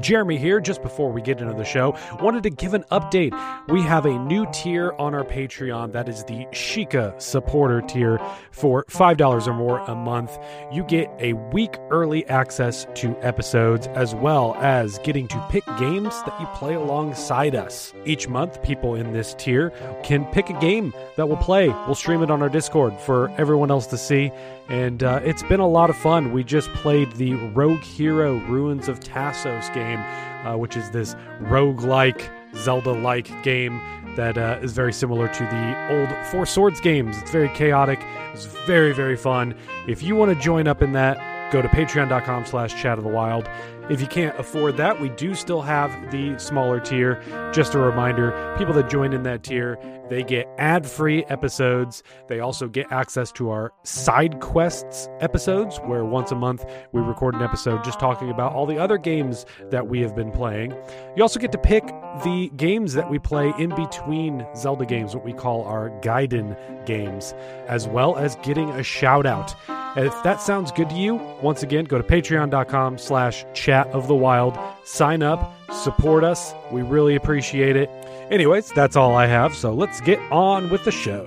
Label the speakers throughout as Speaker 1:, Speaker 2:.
Speaker 1: Jeremy here, just before we get into the show, wanted to give an update. We have a new tier on our Patreon that is the Sheikah supporter tier for $5 or more a month. You get a week early access to episodes as well as getting to pick games that you play alongside us. Each month, people in this tier can pick a game that we'll play. We'll stream it on our Discord for everyone else to see. And uh, it's been a lot of fun. We just played the Rogue Hero Ruins of Tassos game, uh, which is this roguelike, Zelda like game that uh, is very similar to the old Four Swords games. It's very chaotic, it's very, very fun. If you want to join up in that, go to patreon.com slash chat of the wild. If you can't afford that, we do still have the smaller tier. Just a reminder people that join in that tier, they get ad free episodes. They also get access to our side quests episodes, where once a month we record an episode just talking about all the other games that we have been playing. You also get to pick the games that we play in between Zelda games, what we call our Gaiden games, as well as getting a shout out. And if that sounds good to you, once again, go to patreon.com slash chat of the wild. Sign up, support us. We really appreciate it. Anyways, that's all I have. So let's get on with the show.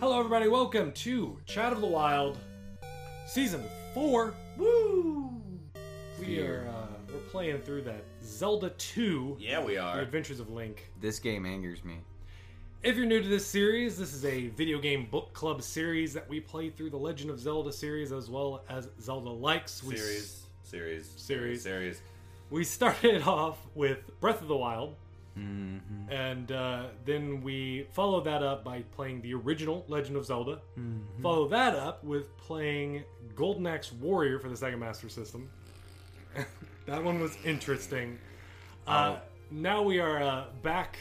Speaker 1: Hello, everybody. Welcome to Chat of the Wild, season four. Woo! We are uh, we're playing through that Zelda two,
Speaker 2: Yeah, we
Speaker 1: The
Speaker 2: are.
Speaker 1: Adventures of Link.
Speaker 3: This game angers me.
Speaker 1: If you're new to this series, this is a video game book club series that we play through the Legend of Zelda series as well as Zelda likes. We, s-
Speaker 2: Series, series,
Speaker 1: Series.
Speaker 2: series.
Speaker 1: we started off with Breath of the Wild, and uh, then we follow that up by playing the original Legend of Zelda. Follow that up with playing Golden Axe Warrior for the Sega Master System. that one was interesting. Uh, Now we are uh, back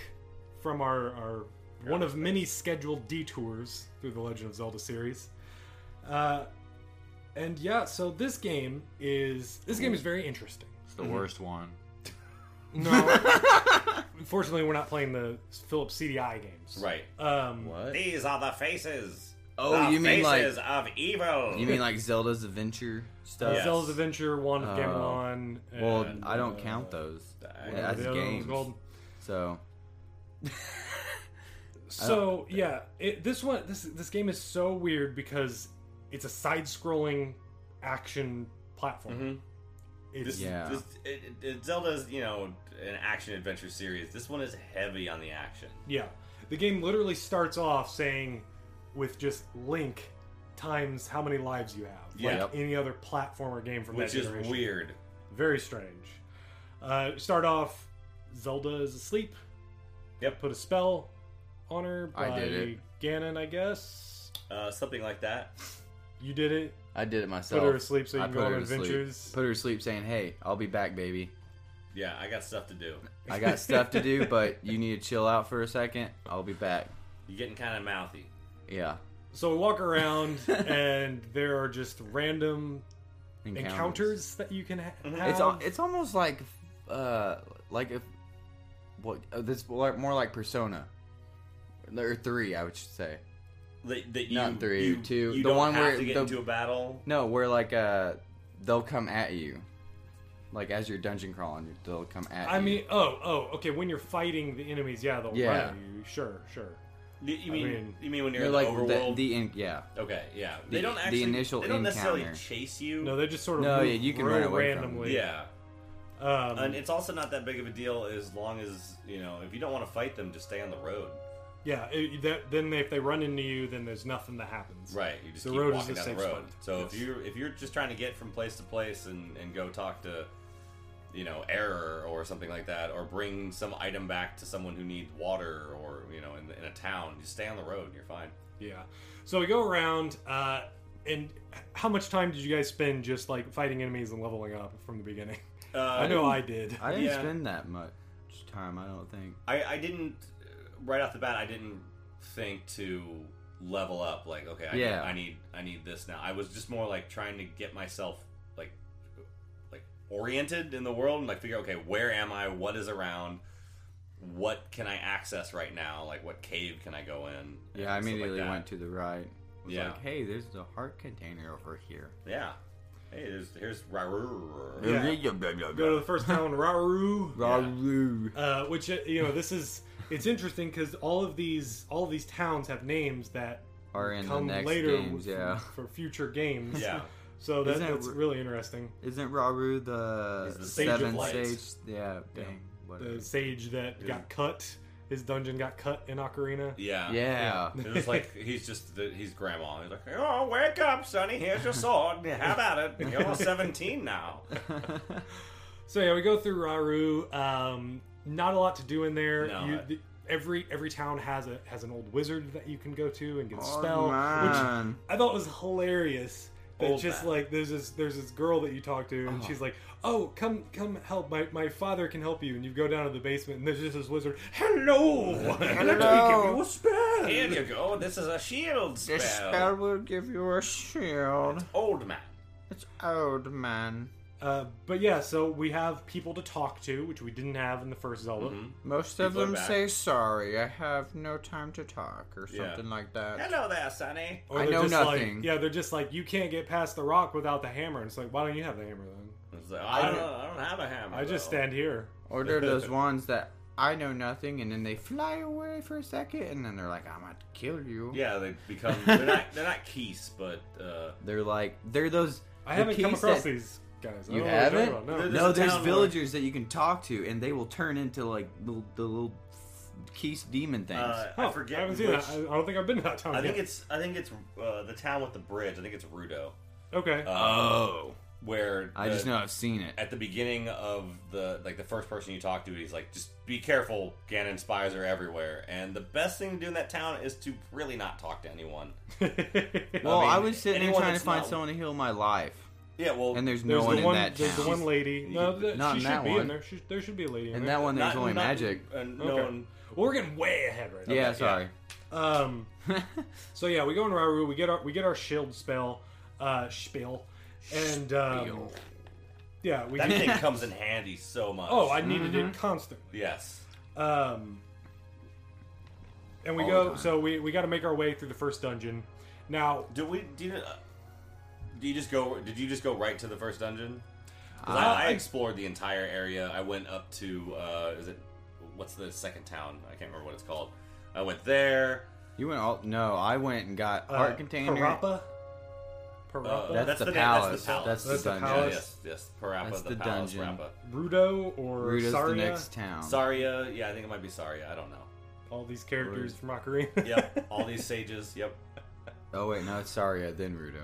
Speaker 1: from our, our one of many scheduled detours through the Legend of Zelda series. Uh, and yeah, so this game is this game is very interesting.
Speaker 3: It's the worst one.
Speaker 1: No. Unfortunately, we're not playing the Philips CDI games.
Speaker 2: Right.
Speaker 1: Um,
Speaker 3: What?
Speaker 2: These are the faces.
Speaker 3: Oh,
Speaker 2: the
Speaker 3: you mean like-
Speaker 2: faces of evil.
Speaker 3: You mean like Zelda's Adventure stuff?
Speaker 2: Yeah.
Speaker 1: Uh, Zelda's Adventure, Wand of
Speaker 3: Oh.
Speaker 1: Gamelon.
Speaker 3: Well,
Speaker 1: and,
Speaker 3: I don't
Speaker 1: uh,
Speaker 3: count those.
Speaker 2: I-
Speaker 1: whatever
Speaker 3: That's
Speaker 1: the other one was
Speaker 3: games.
Speaker 1: called.
Speaker 3: So
Speaker 1: So yeah, it, this one, this this game is so weird because it's a side-scrolling action platform.
Speaker 2: Mhm.
Speaker 1: It's,
Speaker 2: This,
Speaker 3: Yeah.
Speaker 2: this, it, it, Zelda's, you know, an action adventure series. This one is heavy on the action.
Speaker 1: Yeah. The game literally starts off saying with just Link times how many lives you have,
Speaker 2: Yeah.
Speaker 1: like any other platformer game from
Speaker 2: Which
Speaker 1: that
Speaker 2: is
Speaker 1: generation.
Speaker 2: weird.
Speaker 1: Very strange. Uh, start off, Zelda is asleep.
Speaker 2: Yep.
Speaker 1: Put a spell on her by
Speaker 3: I did it.
Speaker 1: Ganon, I guess.
Speaker 2: Uh, something like that.
Speaker 1: You did it.
Speaker 3: I did it myself.
Speaker 1: her to sleep so you
Speaker 3: I
Speaker 1: can
Speaker 3: put
Speaker 1: go on
Speaker 3: her to sleep.
Speaker 1: adventures.
Speaker 3: Put her to sleep saying, "Hey, I'll be back, baby.
Speaker 2: Yeah, I got stuff to do.
Speaker 3: I got stuff to do, but you need to chill out for a second. I'll be back."
Speaker 2: You're getting kind of mouthy.
Speaker 3: Yeah.
Speaker 1: So we walk around, and there are just random encounters, that you can ha-
Speaker 2: Mm-hmm.
Speaker 1: have.
Speaker 3: It's al- it's almost like uh like if what uh, this more more like Persona or three, I would say.
Speaker 2: That, that
Speaker 3: Not
Speaker 2: you,
Speaker 3: three,
Speaker 2: you,
Speaker 3: two.
Speaker 2: You
Speaker 3: The
Speaker 2: don't
Speaker 3: one
Speaker 2: have
Speaker 3: where
Speaker 2: to get
Speaker 3: the-
Speaker 2: into a battle.
Speaker 3: No, where like uh they'll come at you. Like as you're dungeon crawling, they'll come at
Speaker 1: I
Speaker 3: you.
Speaker 1: mean, oh, oh, okay. When you're fighting the enemies, yeah, they'll
Speaker 3: Yeah.
Speaker 1: run at you. Sure, sure.
Speaker 2: You, you
Speaker 1: I
Speaker 2: mean,
Speaker 1: mean-
Speaker 2: you mean when you're,
Speaker 3: they're
Speaker 2: in
Speaker 3: like
Speaker 2: the
Speaker 3: the,
Speaker 2: overworld?
Speaker 3: the in, yeah.
Speaker 2: okay, yeah. They
Speaker 3: the-
Speaker 2: don't
Speaker 3: the
Speaker 2: actually.
Speaker 3: initial
Speaker 2: they don't necessarily
Speaker 3: encounter.
Speaker 2: chase you.
Speaker 1: No, they just sort of
Speaker 3: No,
Speaker 1: move
Speaker 3: yeah, you can
Speaker 1: real
Speaker 3: run away from
Speaker 1: randomly.
Speaker 2: yeah.
Speaker 1: Um,
Speaker 2: And it's also not that big of a deal as long as, you know, if you don't want to fight them, just stay on the road.
Speaker 1: yeah. It, that, then if they run into you, then there's nothing that happens.
Speaker 2: Right. You just
Speaker 1: The
Speaker 2: keep
Speaker 1: road is
Speaker 2: walking
Speaker 1: a
Speaker 2: down
Speaker 1: safe
Speaker 2: the road.
Speaker 1: spot.
Speaker 2: So if
Speaker 1: Yes.
Speaker 2: you're if you're just trying to get from place to place and, and go talk to you know, error or something like that, or bring some item back to someone who needs water or, you know, in, in a town. Just stay on the road and you're fine.
Speaker 1: Yeah. So we go around, uh, and how much time did you guys spend just like fighting enemies and leveling up from the beginning?
Speaker 2: Uh,
Speaker 1: I know I did.
Speaker 3: I didn't
Speaker 2: Yeah.
Speaker 3: spend that much time. I don't think.
Speaker 2: I, I didn't uh, right off the bat. I didn't think to level up. Like, okay, I,
Speaker 3: Yeah.
Speaker 2: I need I need this now. I was just more like trying to get myself like like oriented in the world and like figure okay, where am I? What is around? What can I access right now? Like, what cave can I go in? and
Speaker 3: Yeah, I
Speaker 2: stuff like
Speaker 3: immediately
Speaker 2: that.
Speaker 3: went to the right. Was
Speaker 2: Yeah.
Speaker 3: like, hey, there's a heart container over here.
Speaker 2: Yeah. Hey, there's here's Rarur.
Speaker 1: Yeah. Go to the first town, Raru.
Speaker 3: Ralu.
Speaker 1: uh, which uh, you know this is it's interesting because all of these all of these towns have names that
Speaker 3: Are in the
Speaker 1: come
Speaker 3: next
Speaker 1: later
Speaker 3: games,
Speaker 1: with-
Speaker 3: yeah.
Speaker 1: for future games
Speaker 2: Yeah.
Speaker 1: so that,
Speaker 3: Isn't it
Speaker 1: that's
Speaker 3: re-
Speaker 1: really interesting
Speaker 3: Isn't Raru the,
Speaker 2: He's the Sage of
Speaker 3: seventh
Speaker 2: Lights.
Speaker 3: sage? Yeah,
Speaker 1: Yeah.
Speaker 3: dang. whatever.
Speaker 2: uh,
Speaker 1: the sage that
Speaker 2: Is-
Speaker 1: got cut his dungeon got cut in ocarina
Speaker 2: Yeah.
Speaker 3: yeah.
Speaker 2: It was like he's just the, he's grandma. He's like, oh, wake up, Sonny. Here's your sword. Have at it. You're 17 now.
Speaker 1: so yeah we go through raru um, not a lot to do in there
Speaker 2: No.
Speaker 1: you, the, every every town has a has an old wizard that you can go to and get a
Speaker 3: Oh,
Speaker 1: spell which
Speaker 3: man.
Speaker 1: I thought it was hilarious. That
Speaker 2: Old
Speaker 1: just
Speaker 2: man.
Speaker 1: like there's this there's this girl that you talk to and
Speaker 3: Oh.
Speaker 1: she's like, Oh, come come help. My my father can help you and you go down to the basement and there's just this wizard, Hello! Let me give you a spell
Speaker 2: Here you go. This is a shield spell.
Speaker 3: This spell will give you a shield.
Speaker 2: Old man.
Speaker 3: It's old man.
Speaker 1: Uh, but yeah, so we have people to talk to, which we didn't have in the first Zelda.
Speaker 2: Mm-hmm.
Speaker 3: Most of
Speaker 2: People are
Speaker 3: them
Speaker 2: back.
Speaker 3: say sorry. I have no time to talk or
Speaker 2: Yeah.
Speaker 3: something like that.
Speaker 2: Hello there, Sonny.
Speaker 1: Or
Speaker 3: I
Speaker 1: they're
Speaker 3: know
Speaker 1: just
Speaker 3: nothing.
Speaker 1: Like, yeah, they're just like, You can't get past the rock without the hammer. And it's like, why don't you have the hammer then?
Speaker 2: It's like, I, don't, I don't have a hammer.
Speaker 1: I just
Speaker 2: though.
Speaker 1: stand here.
Speaker 3: Or they're those ones that I know nothing, and then they fly away for a second, and then they're like, "I'm gonna kill you."
Speaker 2: Yeah, they become. They're not. They're not keys, but uh,
Speaker 3: They're like, they're those.
Speaker 1: I
Speaker 3: the
Speaker 1: haven't come
Speaker 3: keys
Speaker 1: across
Speaker 3: that-
Speaker 1: these guys. I don't
Speaker 3: You
Speaker 1: know what you're
Speaker 3: haven't?
Speaker 1: talking
Speaker 2: They're
Speaker 1: about,
Speaker 2: just-
Speaker 1: No.
Speaker 3: No,
Speaker 2: a
Speaker 3: there's
Speaker 2: town
Speaker 3: villagers that you can talk to, and they will turn into like the, the little keys demon things.
Speaker 2: uh
Speaker 1: Huh,
Speaker 2: I
Speaker 1: Oh,
Speaker 2: forget.
Speaker 1: I haven't seen
Speaker 2: which-
Speaker 1: that. I, I don't think I've been to that town
Speaker 2: I think
Speaker 1: yet.
Speaker 2: it's. I think it's uh, the town with the bridge. I think it's Rudo.
Speaker 1: Okay.
Speaker 2: Uh, where
Speaker 3: Oh. I just
Speaker 2: the-
Speaker 3: know I've seen it.
Speaker 2: at the beginning of the like the first person you talk to, he's like, "Just be careful. Ganon spies are everywhere." And the best thing to do in that town is to really not talk to anyone.
Speaker 3: Well, I,
Speaker 2: mean,
Speaker 3: was sitting there
Speaker 2: anyone
Speaker 3: trying to
Speaker 2: that's
Speaker 3: find
Speaker 2: not-
Speaker 3: someone to heal my life,
Speaker 2: Yeah, well,
Speaker 3: and there's,
Speaker 1: There's
Speaker 3: no one
Speaker 1: the
Speaker 3: in
Speaker 1: one.
Speaker 3: that
Speaker 1: there's
Speaker 3: town.
Speaker 1: the one lady. No, th-
Speaker 3: Not
Speaker 1: she
Speaker 3: in
Speaker 1: should
Speaker 3: that
Speaker 1: be in
Speaker 3: one.
Speaker 1: there. She, there should be a lady in
Speaker 3: and
Speaker 1: there.
Speaker 3: that one, there's
Speaker 2: not-
Speaker 3: only
Speaker 2: not-
Speaker 3: magic.
Speaker 2: uh, no
Speaker 1: Okay.
Speaker 2: one-
Speaker 1: Well, we're getting way ahead right now.
Speaker 3: yeah, sorry.
Speaker 1: Um. so yeah, we go in Raru. We get our we get our shield spell, uh, spiel, and um, yeah, we.
Speaker 2: that thing comes in handy so much.
Speaker 1: oh, I needed it constantly.
Speaker 2: yes,
Speaker 1: Um, and we
Speaker 3: All the
Speaker 1: go.
Speaker 3: time.
Speaker 1: So we we got to make our way through the first dungeon. Now,
Speaker 2: do we? Do you, uh, do you just go? Did you just go right to the first dungeon? 'Cause
Speaker 1: Uh,
Speaker 2: I, I explored the entire area. I went up to uh, is it what's the second town? I can't remember what it's called. I went there.
Speaker 3: You went all no. I went and got heart
Speaker 1: uh,
Speaker 3: container.
Speaker 1: Parappa. Parappa.
Speaker 3: That's the
Speaker 2: name-
Speaker 3: palace.
Speaker 2: That's
Speaker 3: That's
Speaker 2: the
Speaker 3: the
Speaker 2: palace.
Speaker 1: dungeon.
Speaker 2: Yeah, yes, yes. Parappa,
Speaker 3: That's
Speaker 2: the,
Speaker 3: the
Speaker 2: palace.
Speaker 3: dungeon. Um,
Speaker 2: Parappa.
Speaker 1: Rudo or
Speaker 3: Ruda's the
Speaker 1: Saria.
Speaker 3: next town.
Speaker 2: Saria, yeah, I think it might be Saria. I don't know.
Speaker 1: All these characters from Ocarina.
Speaker 2: Yep, all these sages. Yep,
Speaker 3: Oh wait, no, it's Saria, then Rudo.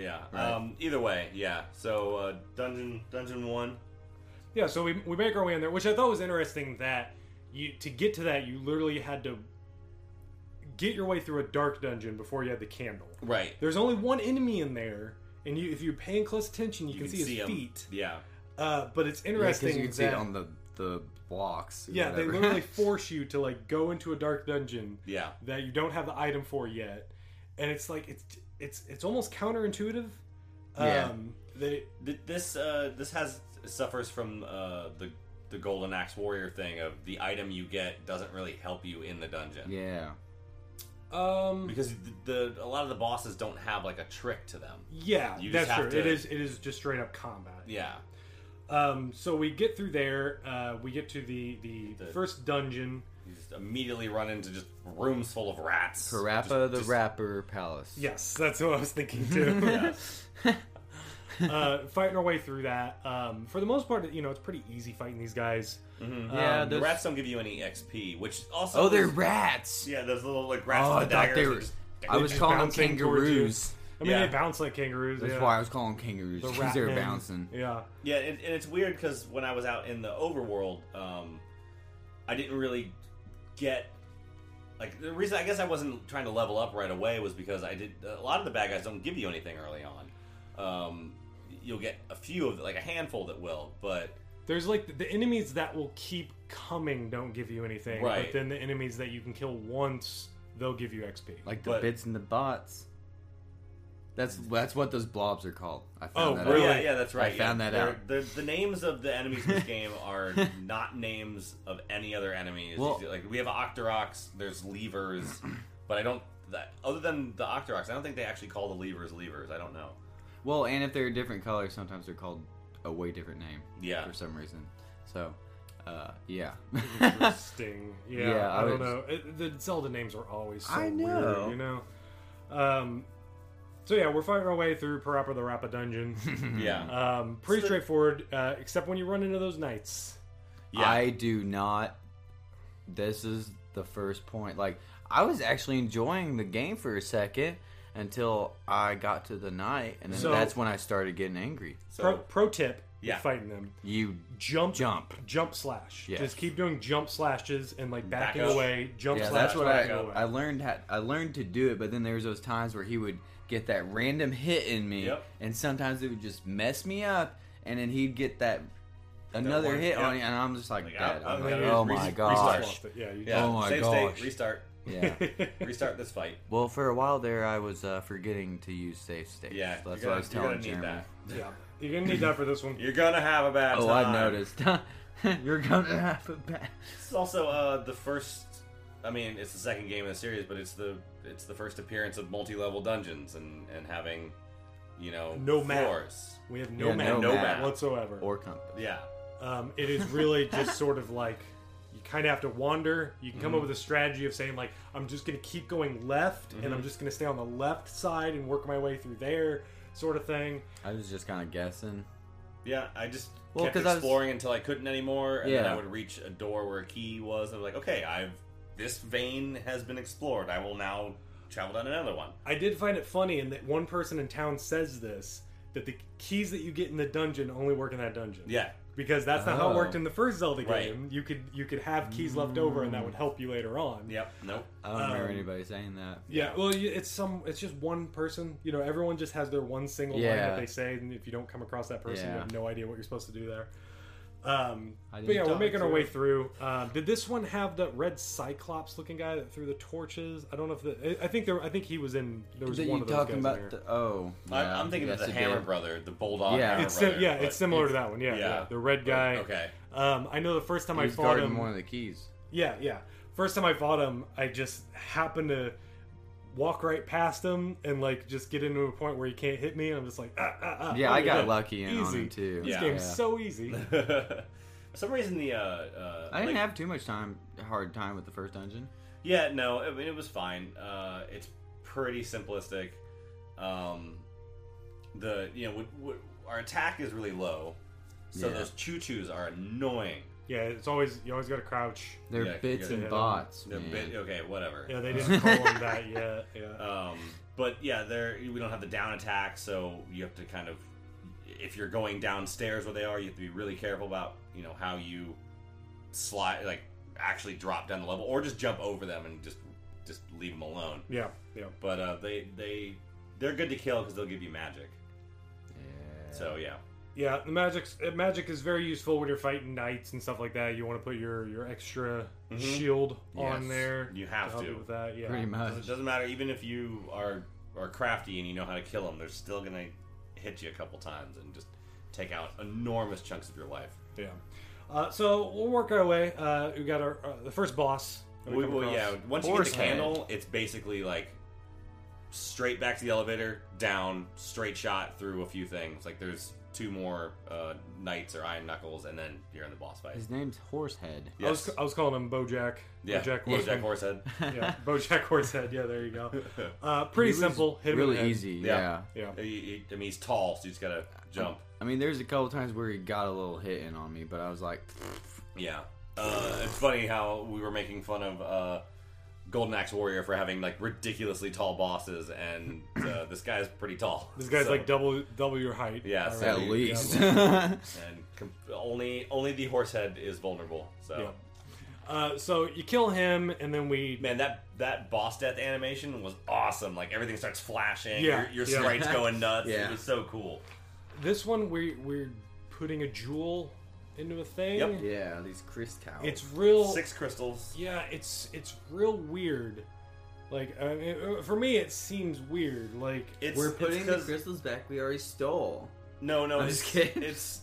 Speaker 2: yeah.
Speaker 3: Right.
Speaker 2: Um, either way, yeah. So uh, dungeon, dungeon one.
Speaker 1: Yeah, so we, we make our way in there, which I thought was interesting that you to get to that you literally had to get your way through a dark dungeon before you had the candle.
Speaker 2: Right.
Speaker 1: There's only one enemy in there, and you if you're paying close attention, you, can, see, his
Speaker 2: 'em.
Speaker 1: feet.
Speaker 2: Yeah.
Speaker 1: Uh, but it's interesting
Speaker 3: because you can see it
Speaker 1: that-
Speaker 3: on the the blocks. or
Speaker 1: yeah, they
Speaker 3: whatever.
Speaker 1: literally force you to like go into a dark dungeon
Speaker 2: Yeah.
Speaker 1: that you don't have the item for yet, and it's like it's it's it's almost counterintuitive.
Speaker 3: Yeah.
Speaker 1: Um, they
Speaker 2: Th- This uh, this has suffers from uh, the the golden axe warrior thing of the item you get doesn't really help you in the dungeon.
Speaker 3: yeah.
Speaker 1: um
Speaker 2: Because the, the a lot of the bosses don't have like a trick to them.
Speaker 1: yeah
Speaker 2: You just
Speaker 1: that's true.
Speaker 2: have
Speaker 1: It
Speaker 2: to-
Speaker 1: is it is just straight up combat.
Speaker 2: Yeah.
Speaker 1: Um, so we get through there. Uh, we get to the, the
Speaker 2: The-
Speaker 1: first dungeon.
Speaker 2: You just immediately run into just rooms full of rats.
Speaker 3: Parappa
Speaker 2: Just-
Speaker 3: the
Speaker 2: just-
Speaker 3: Rapper Palace.
Speaker 1: Yes, that's what I was thinking too.
Speaker 2: Yeah.
Speaker 1: uh, fighting our way through that. Um, for the most part, you know, it's pretty easy fighting these guys.
Speaker 3: Yeah,
Speaker 1: Um,
Speaker 2: The
Speaker 3: those-
Speaker 2: rats don't give you any XP, which also
Speaker 3: Oh, they're
Speaker 2: is-
Speaker 3: rats.
Speaker 2: Yeah, those little like rats.
Speaker 3: Oh, I
Speaker 2: with the
Speaker 3: thought they
Speaker 2: daggers
Speaker 3: were.
Speaker 2: that just-
Speaker 3: I was
Speaker 1: just
Speaker 3: calling them
Speaker 1: bouncing towards you.
Speaker 3: kangaroos.
Speaker 1: I mean,
Speaker 2: Yeah.
Speaker 1: they bounce like kangaroos.
Speaker 3: That's
Speaker 1: yeah.
Speaker 3: why I was calling kangaroos
Speaker 1: The
Speaker 3: because they were
Speaker 1: Ratmen.
Speaker 3: bouncing.
Speaker 1: Yeah.
Speaker 2: Yeah, and, and it's weird because when I was out in the overworld, um, I didn't really get like the reason. I guess I wasn't trying to level up right away was because I did a lot of the bad guys don't give you anything early on. Um, you'll get a few of like a handful that will, but
Speaker 1: There's like the- the enemies that will keep coming don't give you anything, but
Speaker 2: Right.
Speaker 1: then the enemies that you can kill once they'll give you XP.
Speaker 3: Like the
Speaker 2: But-
Speaker 3: bits and the bots. That's that's what those blobs are called. I
Speaker 1: Oh,
Speaker 3: found that
Speaker 1: really?
Speaker 3: out.
Speaker 2: yeah, yeah, that's right.
Speaker 3: I found
Speaker 2: yeah.
Speaker 3: that
Speaker 2: They're-
Speaker 3: out.
Speaker 2: they're- the names of the enemies in this game are not names of any other enemies.
Speaker 3: Well-
Speaker 2: like we have Octorox, there's levers, but I don't. That, other than the Octorox, I don't think they actually call the levers levers. I don't know.
Speaker 3: Well, and if they're a different color, sometimes they're called a way different name.
Speaker 2: Yeah.
Speaker 3: For some reason. So, uh, yeah.
Speaker 1: Interesting. Yeah,
Speaker 3: Yeah,
Speaker 1: I,
Speaker 3: I
Speaker 1: don't
Speaker 3: was-
Speaker 1: know. It, the Zelda names are always so
Speaker 3: I
Speaker 1: weird,
Speaker 3: know.
Speaker 1: you know. Um, so yeah, we're fighting our way through Parappa the Rappa dungeon.
Speaker 2: Yeah.
Speaker 1: Um, pretty
Speaker 2: So-
Speaker 1: straightforward, uh, except when you run into those knights.
Speaker 2: Yeah.
Speaker 3: I do not. This is the first point. Like, I was actually enjoying the game for a second until I got to the night, and then
Speaker 1: So-
Speaker 3: that's when I started getting angry.
Speaker 2: so
Speaker 1: Pro, pro tip: you're
Speaker 2: Yeah.
Speaker 1: fighting them.
Speaker 3: You
Speaker 1: Jump,
Speaker 3: jump.
Speaker 1: jump slash.
Speaker 3: Yes.
Speaker 1: Just keep doing jump slashes and like
Speaker 2: Back
Speaker 1: backing
Speaker 2: up.
Speaker 1: away. Jump
Speaker 3: Yeah,
Speaker 1: slash.
Speaker 3: that's what I
Speaker 1: back
Speaker 2: Back up.
Speaker 1: away.
Speaker 3: I learned. How, I learned to do it, but then there was those times where he would get that random hit in me,
Speaker 2: Yep.
Speaker 3: and sometimes it would just mess me up, and then he'd get that another
Speaker 2: one,
Speaker 3: hit
Speaker 2: yeah.
Speaker 3: on it, and I'm just like,
Speaker 2: Like,
Speaker 3: dead.
Speaker 2: I-
Speaker 3: I'm
Speaker 2: I-
Speaker 3: like,
Speaker 2: I-
Speaker 3: oh
Speaker 2: re-
Speaker 3: my
Speaker 2: restart.
Speaker 3: gosh,
Speaker 1: Lost it. Yeah, you
Speaker 2: Yeah.
Speaker 3: Oh my
Speaker 2: Save
Speaker 3: gosh.
Speaker 2: state. Restart.
Speaker 3: yeah.
Speaker 2: Restart this fight.
Speaker 3: Well, for a while there, I was uh, forgetting to use safe states.
Speaker 2: Yeah.
Speaker 3: that's
Speaker 2: you're
Speaker 3: what I
Speaker 2: gonna,
Speaker 3: was
Speaker 2: you're
Speaker 3: telling
Speaker 2: gonna need
Speaker 3: Jeremy.
Speaker 2: that.
Speaker 1: yeah. You're gonna need that for this one.
Speaker 2: You're gonna have a bad
Speaker 3: Oh,
Speaker 2: time.
Speaker 3: I noticed. You're gonna have a bad.
Speaker 2: It's also uh, the first. I mean, it's the second game in the series, but it's the it's the first appearance of multi-level dungeons and and having, you know,
Speaker 1: No map.
Speaker 2: floors.
Speaker 1: We have no
Speaker 3: Yeah,
Speaker 1: map,
Speaker 3: no map.
Speaker 1: whatsoever.
Speaker 3: Or compass.
Speaker 2: Yeah.
Speaker 1: Um, it is really just sort of like you kind of have to wander. You can come
Speaker 3: Mm-hmm.
Speaker 1: up with a strategy of saying like, I'm just going to keep going left, and
Speaker 3: Mm-hmm.
Speaker 1: I'm just going to stay on the left side and work my way through there, sort of thing.
Speaker 3: I was just kind of guessing.
Speaker 2: Yeah, I just
Speaker 3: Well,
Speaker 2: kept
Speaker 3: 'cause I was-
Speaker 2: exploring until I couldn't anymore, and then
Speaker 3: Yeah.
Speaker 2: I would reach a door where a key was, and I'm like, okay, I've this vein has been explored. I will now travel down another one.
Speaker 1: I did find it funny in that one person in town says this that the keys that you get in the dungeon only work in that dungeon.
Speaker 2: Yeah.
Speaker 1: Because that's not how it
Speaker 3: Oh.
Speaker 1: worked in the first Zelda
Speaker 2: Right.
Speaker 1: game. You could you could have keys left over, and that
Speaker 3: Mm.
Speaker 1: would help you later on.
Speaker 2: Yep. Nope.
Speaker 3: I don't remember
Speaker 1: Um,
Speaker 3: anybody saying that.
Speaker 1: Yeah, well, you- it's some. It's just one person. You know, everyone just has their one single line
Speaker 3: Yeah.
Speaker 1: that they say, and if you don't come across that person, you
Speaker 3: Yeah.
Speaker 1: have no idea what you're supposed to do there. Um,
Speaker 3: I
Speaker 1: but
Speaker 3: didn't
Speaker 1: yeah, we're
Speaker 3: talk
Speaker 1: making our
Speaker 3: to
Speaker 1: way
Speaker 3: him.
Speaker 1: through. Um, did this one have the red Cyclops looking guy that threw the torches? I don't know if the. I- I think there. I think he was in. There was
Speaker 3: That
Speaker 1: one
Speaker 3: you
Speaker 1: of those guys
Speaker 3: talking
Speaker 1: in
Speaker 3: about?
Speaker 1: there.
Speaker 3: The, oh,
Speaker 2: I, I'm thinking
Speaker 3: that's
Speaker 2: of the Hammer Brother, the Bulldog.
Speaker 3: Yeah.
Speaker 2: Hammer
Speaker 1: it's
Speaker 2: brother,
Speaker 1: sim- yeah,
Speaker 2: but-
Speaker 1: it's similar to that one. Yeah, yeah,
Speaker 2: yeah.
Speaker 1: the red guy.
Speaker 2: Okay.
Speaker 1: Um, I know the first time
Speaker 3: He
Speaker 1: I
Speaker 3: was
Speaker 1: fought
Speaker 3: guarding
Speaker 1: him.
Speaker 3: one of the keys.
Speaker 1: Yeah, yeah. First time I fought him, I just happened to walk right past him and like just get into a point where he can't hit me, and I'm just like, ah, ah, ah.
Speaker 3: Yeah,
Speaker 1: oh,
Speaker 3: I got lucky in
Speaker 1: easy.
Speaker 3: on him too.
Speaker 1: This
Speaker 2: Yeah.
Speaker 1: game's so easy.
Speaker 2: For some reason, the uh, uh,
Speaker 3: I didn't
Speaker 2: like-
Speaker 3: have too much time, hard time with the first dungeon.
Speaker 2: Yeah, no, I mean it was fine. Uh, it's pretty simplistic. Um, the you know w w our attack is really low, so
Speaker 3: Yeah.
Speaker 2: those choo choos are annoying.
Speaker 1: Yeah, it's always you always got to crouch.
Speaker 3: They're
Speaker 2: Yeah,
Speaker 3: bits
Speaker 2: yeah.
Speaker 3: and bots,
Speaker 2: They're
Speaker 3: man.
Speaker 2: bit, okay, whatever.
Speaker 1: Yeah, they didn't call him that yet. Yeah.
Speaker 2: Um, but yeah, there we don't have the down attack, so you have to kind of if you're going downstairs where they are, you have to be really careful about you know how you slide like actually drop down the level or just jump over them and just just leave them alone.
Speaker 1: Yeah, yeah.
Speaker 2: But uh, they they they're good to kill because they'll give you magic.
Speaker 3: Yeah.
Speaker 2: So yeah,
Speaker 1: Yeah, the magic's uh, magic is very useful when you're fighting knights and stuff like that. You want to put your your extra
Speaker 2: Mhm.
Speaker 1: shield on
Speaker 3: Yes,
Speaker 1: there.
Speaker 2: you have
Speaker 1: help
Speaker 2: to.
Speaker 1: you with that. Yeah.
Speaker 3: pretty much.
Speaker 2: It doesn't matter even if you are are crafty and you know how to kill them. They're still gonna hit you a couple times and just take out enormous chunks of your life.
Speaker 1: Yeah. Uh, so we'll work our way. Uh, we got our uh, the first boss. that
Speaker 2: We,
Speaker 1: come
Speaker 2: well,
Speaker 1: across.
Speaker 2: yeah. Once you get
Speaker 3: Horse
Speaker 2: the
Speaker 3: head.
Speaker 2: candle, it's basically like straight back to the elevator, down, straight shot through a few things. Like there's two more uh, knights or iron knuckles, and then you're in the boss fight.
Speaker 3: His name's Horsehead.
Speaker 1: I was,
Speaker 2: Yes.
Speaker 1: I was calling him Bojack.
Speaker 2: yeah.
Speaker 1: Bojack
Speaker 2: Horsehead.
Speaker 1: Horseman.
Speaker 2: Horsehead.
Speaker 1: yeah, Bojack Horsehead. Yeah, there you go. Uh, pretty
Speaker 3: He was
Speaker 1: simple. Hit him in the
Speaker 3: really
Speaker 1: head.
Speaker 3: easy. Yeah.
Speaker 2: Yeah.
Speaker 1: Yeah.
Speaker 2: He- he- I mean, he's tall, so you just gotta jump.
Speaker 3: I mean, there's a couple times where he got a little hit in on me, but I was like,
Speaker 2: Yeah. Uh, it's funny how we were making fun of uh, Golden Axe Warrior for having like ridiculously tall bosses, and uh, this guy's pretty tall.
Speaker 1: This guy's
Speaker 2: So-
Speaker 1: like double double your height.
Speaker 2: Yeah, so
Speaker 3: at
Speaker 1: already.
Speaker 3: least.
Speaker 1: Yeah.
Speaker 2: and com- only only the horse head is vulnerable. So
Speaker 1: Yeah. Uh, so you kill him, and then we
Speaker 2: man, that that boss death animation was awesome. Like everything starts flashing,
Speaker 1: Yeah,
Speaker 2: your, your
Speaker 1: yeah.
Speaker 2: sprites going nuts.
Speaker 3: Yeah.
Speaker 2: It was so cool.
Speaker 1: this one we we're putting a jewel into a thing.
Speaker 2: Yep.
Speaker 3: yeah, these Chris cows.
Speaker 1: It's real.
Speaker 2: Six crystals.
Speaker 1: Yeah, it's it's real weird. Like I mean, uh, for me, it seems weird. Like
Speaker 2: It's,
Speaker 3: We're
Speaker 2: it's
Speaker 3: putting the
Speaker 2: 'cause-
Speaker 3: crystals back we already stole.
Speaker 2: No, no,
Speaker 3: I'm
Speaker 2: it's,
Speaker 3: just kidding.
Speaker 2: It's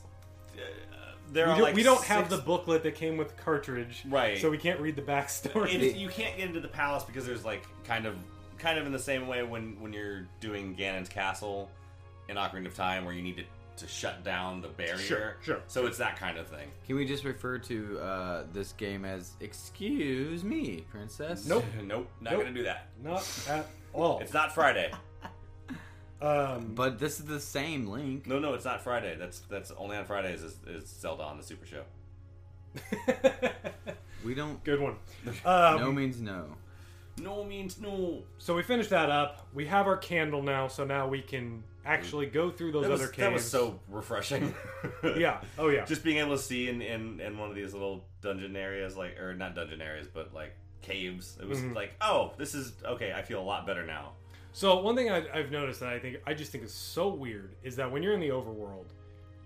Speaker 2: uh, there
Speaker 1: we
Speaker 2: are
Speaker 1: don't,
Speaker 2: like
Speaker 1: we don't
Speaker 2: six-
Speaker 1: have the booklet that came with cartridge,
Speaker 2: Right.
Speaker 1: So we can't read the backstory.
Speaker 2: It's, you can't get into the palace because there's like kind of kind of in the same way when when you're doing Ganon's castle in Ocarina of Time where you need to to shut down the barrier.
Speaker 1: Sure, sure.
Speaker 2: So it's that kind of thing.
Speaker 3: Can we just refer to uh, this game as "Excuse me, Princess"?
Speaker 1: Nope.
Speaker 2: nope, not
Speaker 1: Nope.
Speaker 2: gonna do that.
Speaker 1: Not at all.
Speaker 2: It's not Friday.
Speaker 1: Um,
Speaker 3: But this is the same Link.
Speaker 2: No, no, it's not Friday. That's that's only on Fridays is, is Zelda on the Super Show.
Speaker 3: We don't.
Speaker 1: good one. Um,
Speaker 3: no means no.
Speaker 2: No means no.
Speaker 1: So we finished that up. We have our candle now, so now we can actually go through those
Speaker 2: That was,
Speaker 1: other caves.
Speaker 2: that was so refreshing.
Speaker 1: Yeah. Oh yeah.
Speaker 2: just being able to see in, in in one of these little dungeon areas like or not dungeon areas but like caves it was like oh this is okay i feel a lot better now
Speaker 1: So one thing I, I've noticed that I think I just think is so weird is that when you're in the overworld,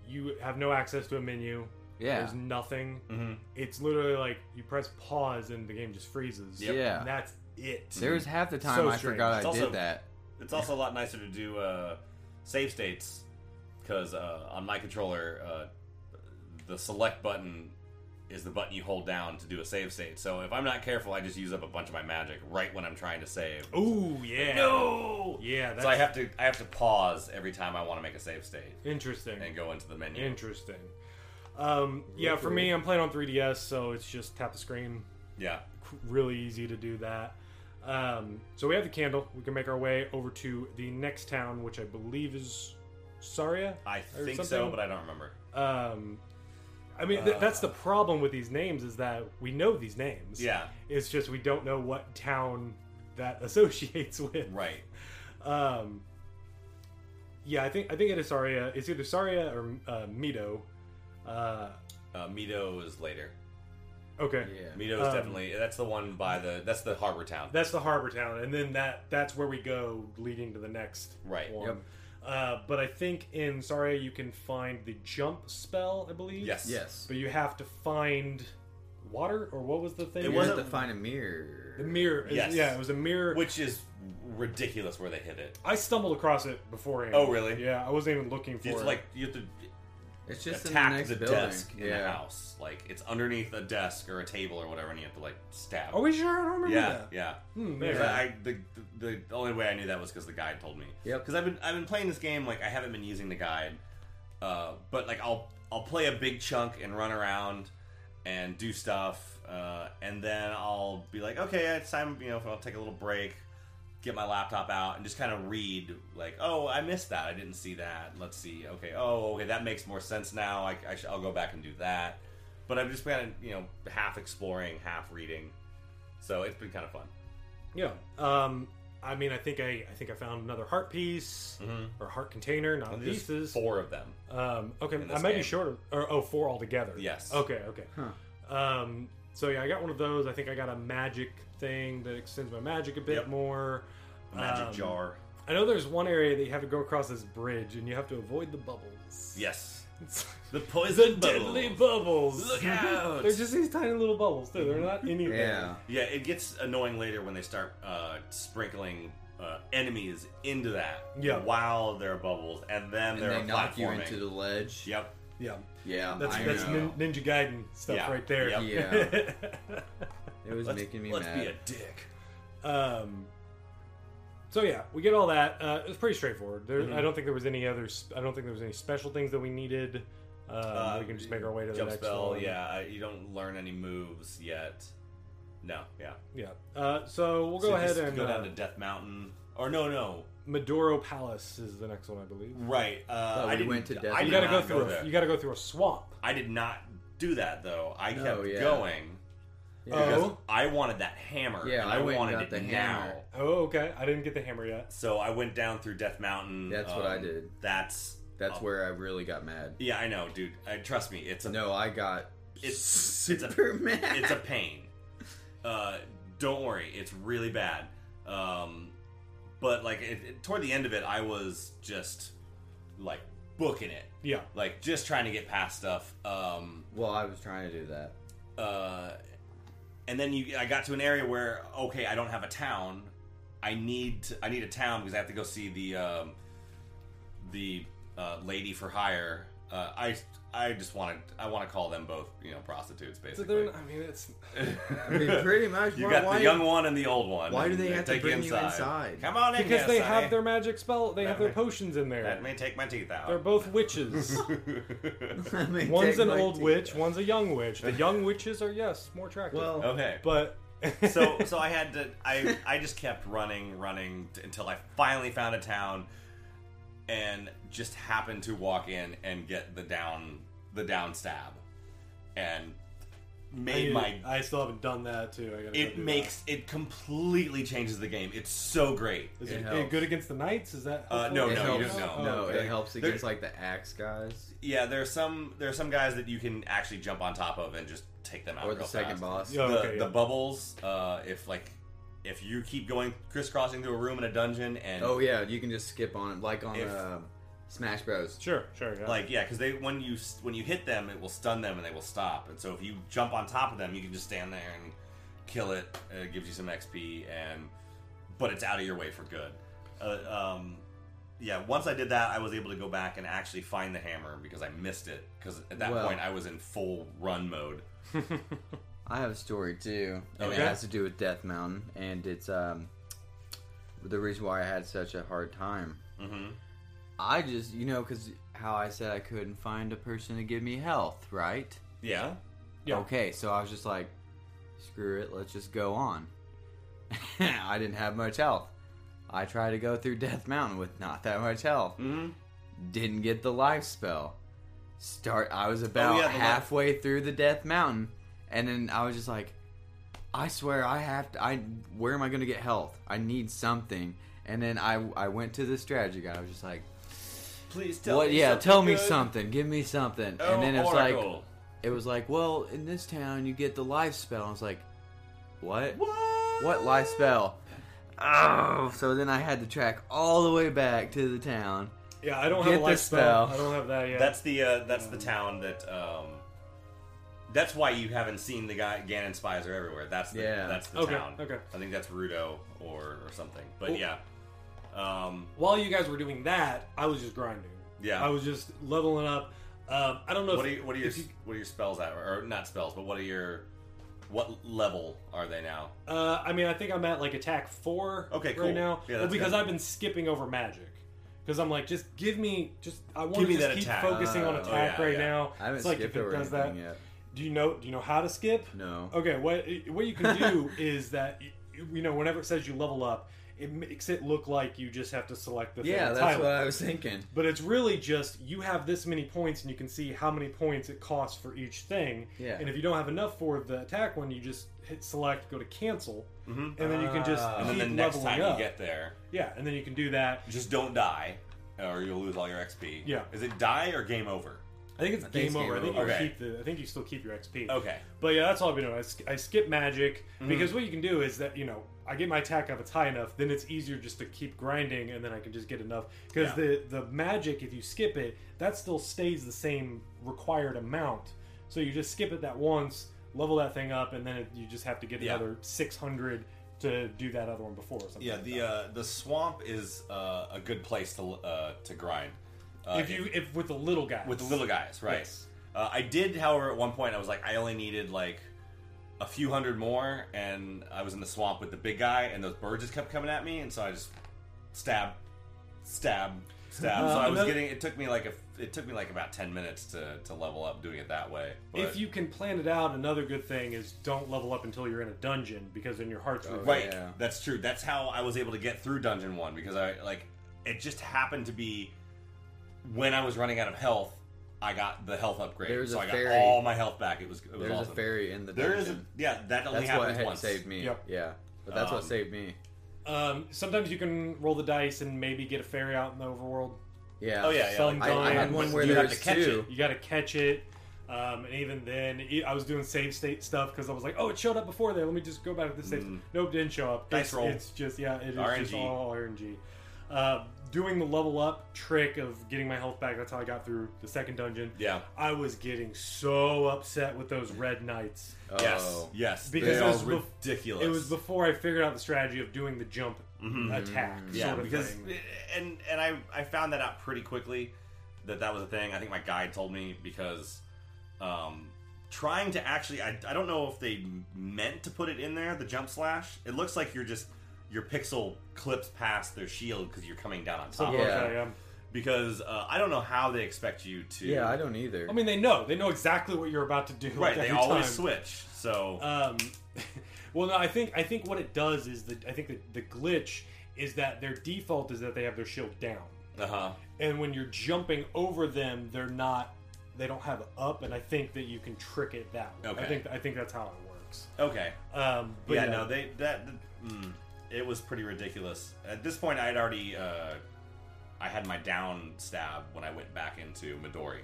Speaker 1: you have no access to a menu.
Speaker 3: Yeah.
Speaker 1: There's nothing.
Speaker 2: mm-hmm.
Speaker 1: It's literally like you press pause and the game just freezes.
Speaker 2: Yep.
Speaker 3: Yeah.
Speaker 1: And that's it.
Speaker 3: There was half the time
Speaker 1: So
Speaker 3: I
Speaker 1: strange.
Speaker 3: forgot I
Speaker 2: It's also-
Speaker 3: did that.
Speaker 2: it's also a lot nicer to do uh save states because uh on my controller uh the select button is the button you hold down to do a save state so if i'm not careful i just use up a bunch of my magic right when i'm trying to save
Speaker 1: Ooh yeah.
Speaker 2: no
Speaker 1: Yeah. That's
Speaker 2: so i have to i have to pause every time i want to make a save state
Speaker 1: interesting.
Speaker 2: and go into the menu
Speaker 1: Interesting. Um, yeah, for me, I'm playing on 3DS, so it's just tap the screen.
Speaker 2: yeah
Speaker 1: Really easy to do that. Um, so we have the candle. We can make our way over to the next town, which I believe is Saria.
Speaker 2: I
Speaker 1: or
Speaker 2: think so,
Speaker 1: something.
Speaker 2: but I don't remember.
Speaker 1: Um, I mean, th- that's the problem with these names is that we know these names.
Speaker 2: Uh. Yeah.
Speaker 1: It's just we don't know what town that associates with.
Speaker 2: Right.
Speaker 1: Um, yeah, I think I think it is Saria. It's either Saria or uh, Mido. Uh,
Speaker 2: Uh, Mito is later.
Speaker 1: okay,
Speaker 3: Yeah.
Speaker 2: Mito is
Speaker 1: Um,
Speaker 2: definitely that's the one by the that's the harbor town.
Speaker 1: that's the harbor town, and then that that's where we go leading to the next
Speaker 2: Right.
Speaker 1: one. Uh, but I think in Saria you can find the jump spell, I believe.
Speaker 2: yes.
Speaker 3: Yes.
Speaker 1: But you have to find water, or what was the thing?
Speaker 2: It
Speaker 3: It
Speaker 2: was
Speaker 3: was
Speaker 2: a-
Speaker 3: to find a mirror.
Speaker 1: the mirror. It was-
Speaker 2: Yes.
Speaker 1: Yeah, it was a mirror.
Speaker 2: Which is ridiculous where they hit it.
Speaker 1: I stumbled across it beforehand.
Speaker 2: Oh, really?
Speaker 1: Yeah, I wasn't even looking for
Speaker 2: You have
Speaker 1: it.
Speaker 2: to, like you have to
Speaker 3: It's just in the
Speaker 2: attack
Speaker 3: next
Speaker 2: the,
Speaker 3: building.
Speaker 2: desk in the
Speaker 3: yeah.
Speaker 2: house. Like it's underneath a desk or a table or whatever, and you have to like stab.
Speaker 1: are we sure? I don't remember
Speaker 2: Yeah,
Speaker 1: that.
Speaker 2: yeah.
Speaker 1: Hmm,
Speaker 2: Because
Speaker 1: there.
Speaker 2: I, I- the, the the only way I knew that was because the guide told me.
Speaker 3: Yep.
Speaker 2: Because I've been I've been playing this game like I haven't been using the guide, uh, but like I'll I'll play a big chunk and run around and do stuff, uh, and then I'll be like, okay, it's time. You know, I'll take a little break, get my laptop out, and just kind of read. Like, oh, I missed that. I didn't see that. Let's see. Okay. Oh, okay. That makes more sense now. I, I sh- I'll go back and do that. But I've just been you know half exploring, half reading. So it's been kind of fun.
Speaker 1: Yeah. Um, I mean, I think I, I think I found another heart piece or heart container, not
Speaker 2: Mm-hmm. There's
Speaker 1: pieces.
Speaker 2: four of them.
Speaker 1: Um, okay,
Speaker 2: in
Speaker 1: I
Speaker 2: this
Speaker 1: might be
Speaker 2: game.
Speaker 1: shorter. Or oh, four altogether.
Speaker 2: Yes.
Speaker 1: Okay. Okay. Um, so yeah, I got one of those. I think I got a magic thing that extends my magic a bit
Speaker 2: Yep.
Speaker 1: more.
Speaker 2: Magic
Speaker 1: Um,
Speaker 2: jar.
Speaker 1: I know there's one area that you have to go across this bridge, and you have to avoid the bubbles.
Speaker 2: Yes.
Speaker 1: It's
Speaker 2: The poison
Speaker 1: deadly bubbles.
Speaker 2: Look out!
Speaker 1: They're just these tiny little bubbles too. They're not anything.
Speaker 3: Yeah.
Speaker 2: yeah, it gets annoying later when they start uh, sprinkling uh, enemies into that.
Speaker 1: Yeah.
Speaker 2: While there are bubbles, and then
Speaker 3: And
Speaker 2: there
Speaker 3: they
Speaker 2: are
Speaker 3: knock you
Speaker 2: platforming.
Speaker 3: into the ledge.
Speaker 2: Yep.
Speaker 1: Yeah.
Speaker 3: Yeah.
Speaker 1: That's
Speaker 3: I
Speaker 1: that's
Speaker 3: know.
Speaker 1: nin- Ninja Gaiden stuff
Speaker 2: Yeah.
Speaker 1: right there.
Speaker 2: Yep.
Speaker 3: Yeah. It was
Speaker 2: Let's,
Speaker 3: making me
Speaker 2: let's
Speaker 3: mad.
Speaker 2: be a dick.
Speaker 1: Um, so yeah, we get all that. Uh, it was pretty straightforward. There,
Speaker 2: Mm-hmm.
Speaker 1: I don't think there was any other. sp- I don't think there was any special things that we needed. Um, we can just make our way to the
Speaker 2: Uh, jump
Speaker 1: next
Speaker 2: spell.
Speaker 1: one.
Speaker 2: Yeah, I- you don't learn any moves yet. No. Yeah.
Speaker 1: yeah. Uh, so we'll go
Speaker 2: So
Speaker 1: ahead
Speaker 2: just
Speaker 1: and
Speaker 2: go
Speaker 1: uh,
Speaker 2: down to Death Mountain. Or no, no.
Speaker 1: Medoro Palace is the next one, I believe.
Speaker 2: Right. Uh,
Speaker 3: we
Speaker 2: I didn't,
Speaker 3: went to Death
Speaker 2: I
Speaker 3: Mountain.
Speaker 1: You
Speaker 2: did
Speaker 1: got to
Speaker 2: not
Speaker 1: go through.
Speaker 2: there.
Speaker 1: a, you got to go through a swamp.
Speaker 2: I did not do that though. I kept
Speaker 3: Oh, yeah.
Speaker 2: going. Because
Speaker 1: Oh.
Speaker 2: I wanted that hammer.
Speaker 3: Yeah,
Speaker 2: and
Speaker 3: I
Speaker 2: I,
Speaker 3: went and
Speaker 2: wanted
Speaker 3: got
Speaker 2: it
Speaker 3: the
Speaker 2: now.
Speaker 3: hammer.
Speaker 1: Oh, okay. I didn't get the hammer yet.
Speaker 2: So I went down through Death Mountain. Um,
Speaker 3: That's what I did.
Speaker 2: That's
Speaker 3: That's
Speaker 2: Oh.
Speaker 3: where I really got mad.
Speaker 2: yeah, I know, dude. I, trust me, it's a
Speaker 3: No, I got
Speaker 2: It's-
Speaker 3: super mad.
Speaker 2: it's a pain. Uh, don't worry, it's really bad. Um, but like it, it- toward the end of it, I was just like booking it,
Speaker 1: Yeah.
Speaker 2: like just trying to get past stuff. Um,
Speaker 3: well, I was trying to do that.
Speaker 2: uh, and then you, I got to an area where okay, I don't have a town. I need I need a town because I have to go see the um, the uh, lady for hire. Uh, I I just wanted I want to call them both you know prostitutes
Speaker 1: So
Speaker 2: basically.
Speaker 1: then, I mean, it's
Speaker 3: I mean, pretty much.
Speaker 2: You
Speaker 3: why,
Speaker 2: got
Speaker 3: why-
Speaker 2: the young one and the old one.
Speaker 3: why do
Speaker 2: and
Speaker 3: they have to
Speaker 2: take
Speaker 3: bring you inside?
Speaker 2: Come on in,
Speaker 1: because they
Speaker 2: yes, I-
Speaker 1: have their magic spell. They have their
Speaker 2: may-
Speaker 1: potions in
Speaker 2: Let
Speaker 1: there.
Speaker 2: me take my teeth out.
Speaker 1: They're both witches.
Speaker 3: I mean,
Speaker 1: one's
Speaker 3: take
Speaker 1: an
Speaker 3: my
Speaker 1: old
Speaker 3: teeth.
Speaker 1: witch. One's a young witch. The young witches are yes more attractive.
Speaker 3: Well,
Speaker 2: okay.
Speaker 1: but
Speaker 2: so so I had to I I just kept running running t- until I finally found a town, and just happened to walk in and get the down the down stab, and made my
Speaker 1: I still haven't done that too. I gotta go do
Speaker 2: it
Speaker 1: that.
Speaker 2: makes it completely changes the game. It's so great.
Speaker 1: Is
Speaker 3: It
Speaker 1: it,
Speaker 3: helps.
Speaker 1: good against the knights? Is that
Speaker 2: Uh,
Speaker 1: helpful? Oh,
Speaker 2: no,
Speaker 3: It
Speaker 2: no, you
Speaker 3: helps.
Speaker 2: don't know.
Speaker 3: No,
Speaker 2: okay.
Speaker 3: it helps
Speaker 2: There-
Speaker 3: against like the axe guys
Speaker 2: Yeah, there's some there's some guys that you can actually jump on top of and just take them out.
Speaker 3: or
Speaker 2: Oh,
Speaker 3: the
Speaker 2: real
Speaker 3: second
Speaker 2: fast.
Speaker 3: boss.
Speaker 1: Yeah.
Speaker 2: the,
Speaker 1: Oh, okay,
Speaker 2: the bubbles uh, if like if you keep going crisscrossing through a room in a dungeon and
Speaker 3: Oh yeah, you can just skip on it, like on
Speaker 2: If-
Speaker 3: um, Smash Bros.
Speaker 1: Sure, sure. Yeah.
Speaker 2: like yeah because they when you when you hit them it will stun them and they will stop and so if you jump on top of them you can just stand there and kill it and it gives you some xp and but it's out of your way for good uh, um, yeah once i did that i was able to go back and actually find the hammer because i missed it because at that
Speaker 3: Well.
Speaker 2: point i was in full run mode
Speaker 3: I have a story too, and
Speaker 2: Okay.
Speaker 3: it has to do with Death Mountain, and it's um the reason why I had such a hard time.
Speaker 2: hmm
Speaker 3: I just, you know, because how I said I couldn't find a person to give me health, right?
Speaker 2: yeah
Speaker 1: Yeah.
Speaker 3: Okay, so I was just like, screw it, let's just go on. I didn't have much health. I tried to go through Death Mountain with not that much health.
Speaker 2: Mhm.
Speaker 3: Didn't get the life spell. Start. I was
Speaker 2: Oh,
Speaker 3: about
Speaker 2: yeah, the life-
Speaker 3: halfway through the Death Mountain, and then I was just like, I swear I have to. I where am I going to get health? I need something. And then I I went to this strategy guy. I was just like,
Speaker 2: please tell
Speaker 3: what?
Speaker 2: me
Speaker 3: Yeah,
Speaker 2: something
Speaker 3: tell me
Speaker 2: good.
Speaker 3: something. Give me something.
Speaker 2: Oh,
Speaker 3: and then it's like
Speaker 2: Oracle.
Speaker 3: it was like, well, in this town you get the life spell. I was like, what?
Speaker 2: what
Speaker 3: What life spell? Oh, so then I had to track all the way back to the town.
Speaker 1: yeah, I don't
Speaker 3: Get
Speaker 1: have a life
Speaker 3: this
Speaker 1: spell.
Speaker 3: spell.
Speaker 1: I don't have that yet.
Speaker 2: That's the uh, that's the town that. Um, that's why you haven't seen the guy Ganon spies are everywhere. That's the,
Speaker 3: Yeah.
Speaker 2: that's the
Speaker 1: Okay,
Speaker 2: town.
Speaker 1: okay.
Speaker 2: I think that's Rudo or, or something. But
Speaker 1: Oh.
Speaker 2: yeah, um,
Speaker 1: While you guys were doing that, I was just grinding.
Speaker 2: Yeah.
Speaker 1: I was just leveling up. Um, I don't know.
Speaker 2: what are
Speaker 1: if,
Speaker 2: you, what are your
Speaker 1: if you-
Speaker 2: what are your spells at or not spells, but what are your what level are they now?
Speaker 1: uh, I mean, I think I'm at like attack four.
Speaker 2: Okay, cool.
Speaker 1: Right now,
Speaker 2: Yeah, that's
Speaker 1: because
Speaker 2: good.
Speaker 1: I've been skipping over magic. Because I'm like, just give me, just I want
Speaker 2: Give
Speaker 1: to
Speaker 2: me
Speaker 1: just
Speaker 2: that
Speaker 1: keep
Speaker 2: attack.
Speaker 1: focusing on
Speaker 3: Oh,
Speaker 1: attack
Speaker 2: yeah,
Speaker 1: right
Speaker 2: yeah.
Speaker 1: now.
Speaker 3: I haven't
Speaker 1: it's like
Speaker 3: skipped
Speaker 1: if it
Speaker 3: over
Speaker 1: does
Speaker 3: anything
Speaker 1: that.
Speaker 3: yet.
Speaker 1: Do you know? Do you know how to skip?
Speaker 3: No.
Speaker 2: Oh,
Speaker 1: Okay, what what you can do is that you, you know whenever it says you level up, it makes it look like you just have to select the
Speaker 3: Yeah,
Speaker 1: thing
Speaker 3: that's
Speaker 1: entirely.
Speaker 3: what I was thinking.
Speaker 1: But it's really just you have this many points, and you can see how many points it costs for each thing.
Speaker 3: Yeah.
Speaker 1: And if you don't have enough for the attack one, you just hit select, go to cancel,
Speaker 2: Mhm.
Speaker 1: and then you can just
Speaker 3: Ah.
Speaker 2: And
Speaker 1: keep
Speaker 2: then the next
Speaker 1: leveling
Speaker 2: time
Speaker 1: up.
Speaker 2: you get there,
Speaker 1: yeah, and then you can do that.
Speaker 2: just don't die, or you'll lose all your XP.
Speaker 1: Yeah.
Speaker 2: is it die or game over?
Speaker 1: I think it's
Speaker 3: I think
Speaker 1: game
Speaker 3: it's
Speaker 1: over.
Speaker 3: game
Speaker 1: I think
Speaker 2: over.
Speaker 1: you
Speaker 2: Okay.
Speaker 1: keep the. I think you still keep your XP.
Speaker 2: Okay, Mm-hmm.
Speaker 1: But yeah, that's all I've been doing. I, sk- I skip magic because what you can do is that you know I get my attack up, it's high enough, then it's easier just to keep grinding, and then I can just get enough because
Speaker 2: Yeah.
Speaker 1: the the magic if you skip it, that still stays the same required amount. So you just skip it that once, level that thing up, and then it, you just have to get
Speaker 2: Yeah.
Speaker 1: another six hundred to do that other one before. Or something
Speaker 2: yeah.
Speaker 1: like
Speaker 2: The
Speaker 1: that.
Speaker 2: uh, the swamp is uh, a good place to uh, to grind. Uh,
Speaker 1: if you if with the little guy
Speaker 2: with the little guys, right?
Speaker 1: Yes.
Speaker 2: Uh, I did, however, at one point I was like, I only needed like a few hundred more, and I was in the swamp with the big guy, and those birds just kept coming at me, and so I just stab, stab, stab.
Speaker 1: Uh,
Speaker 2: so I was
Speaker 1: another-
Speaker 2: getting. It took me like a. It took me like about ten minutes to to level up doing it that way. But,
Speaker 1: If you can plan it out, another good thing is don't level up until you're in a dungeon because then your heart's revived.
Speaker 2: right,
Speaker 3: Yeah.
Speaker 2: that's true. That's how I was able to get through dungeon one because I like it just happened to be when I was running out of health. I got the health upgrade,
Speaker 3: There's
Speaker 2: so
Speaker 3: a
Speaker 2: I got
Speaker 3: ferry.
Speaker 2: all my health back. It was it was
Speaker 3: There's
Speaker 2: awesome.
Speaker 3: a fairy in the
Speaker 2: There is a
Speaker 3: dungeon.
Speaker 2: yeah that only
Speaker 3: that's what
Speaker 2: happens
Speaker 3: had
Speaker 2: once.
Speaker 3: saved me.
Speaker 1: Yep.
Speaker 3: Yeah, but that's what
Speaker 2: Um,
Speaker 3: saved me.
Speaker 1: Um, sometimes you can roll the dice and maybe get a fairy out in the overworld.
Speaker 3: Yeah.
Speaker 2: Oh yeah, yeah. like,
Speaker 3: I, I had
Speaker 1: Sometimes
Speaker 3: one where
Speaker 2: you
Speaker 3: there
Speaker 2: have
Speaker 3: was
Speaker 2: to catch
Speaker 3: two.
Speaker 1: You got to catch it. Um, and even then, e- I was doing save state stuff because I was like, "Oh, it showed up before there. Let me just go back to the save."
Speaker 2: Mm.
Speaker 1: Nope, didn't show up.
Speaker 2: Dice
Speaker 1: it's,
Speaker 2: roll.
Speaker 1: It's just yeah, it is just
Speaker 2: RNG.
Speaker 1: all RNG. Uh, doing the level up trick of getting my health back. That's how I got through the second dungeon.
Speaker 2: Yeah.
Speaker 1: I was getting so upset with those red knights.
Speaker 2: Yes.
Speaker 3: Oh.
Speaker 2: Yes.
Speaker 1: Because
Speaker 2: they
Speaker 1: it was
Speaker 2: are
Speaker 1: bef-
Speaker 2: ridiculous. Mm-hmm.
Speaker 1: It was before I figured out the strategy of doing the jump attack.
Speaker 2: yeah,
Speaker 1: sort of
Speaker 2: because
Speaker 1: thing.
Speaker 2: and and I I found that out pretty quickly that that was a thing. I think my guide told me because um trying to actually I, I don't know if they meant to put it in there the jump slash. It looks like you're just your pixel clips past their shield because you're coming down on top.
Speaker 1: Something like um,
Speaker 3: Yeah.
Speaker 1: that, yeah.
Speaker 2: Because uh, I don't know how they expect you to.
Speaker 3: Yeah, I don't either.
Speaker 1: I mean, they know. They know exactly what you're about to do.
Speaker 2: Right, they
Speaker 1: every
Speaker 2: always
Speaker 1: time.
Speaker 2: switch. So
Speaker 1: Um, well, no, I think I think what it does is that I think that the glitch is that their default is that they have their shield down,
Speaker 2: uh
Speaker 1: Uh-huh.
Speaker 2: huh.
Speaker 1: and when you're jumping over them, they're not. They don't have it up, and I think that you can trick it that way. I
Speaker 2: Okay.
Speaker 1: think I think that's how it works.
Speaker 2: Okay.
Speaker 1: Um, but
Speaker 2: yeah, no, they that th- mm, it was pretty ridiculous. At this point, I had already uh, I had my down stab when I went back into Midori,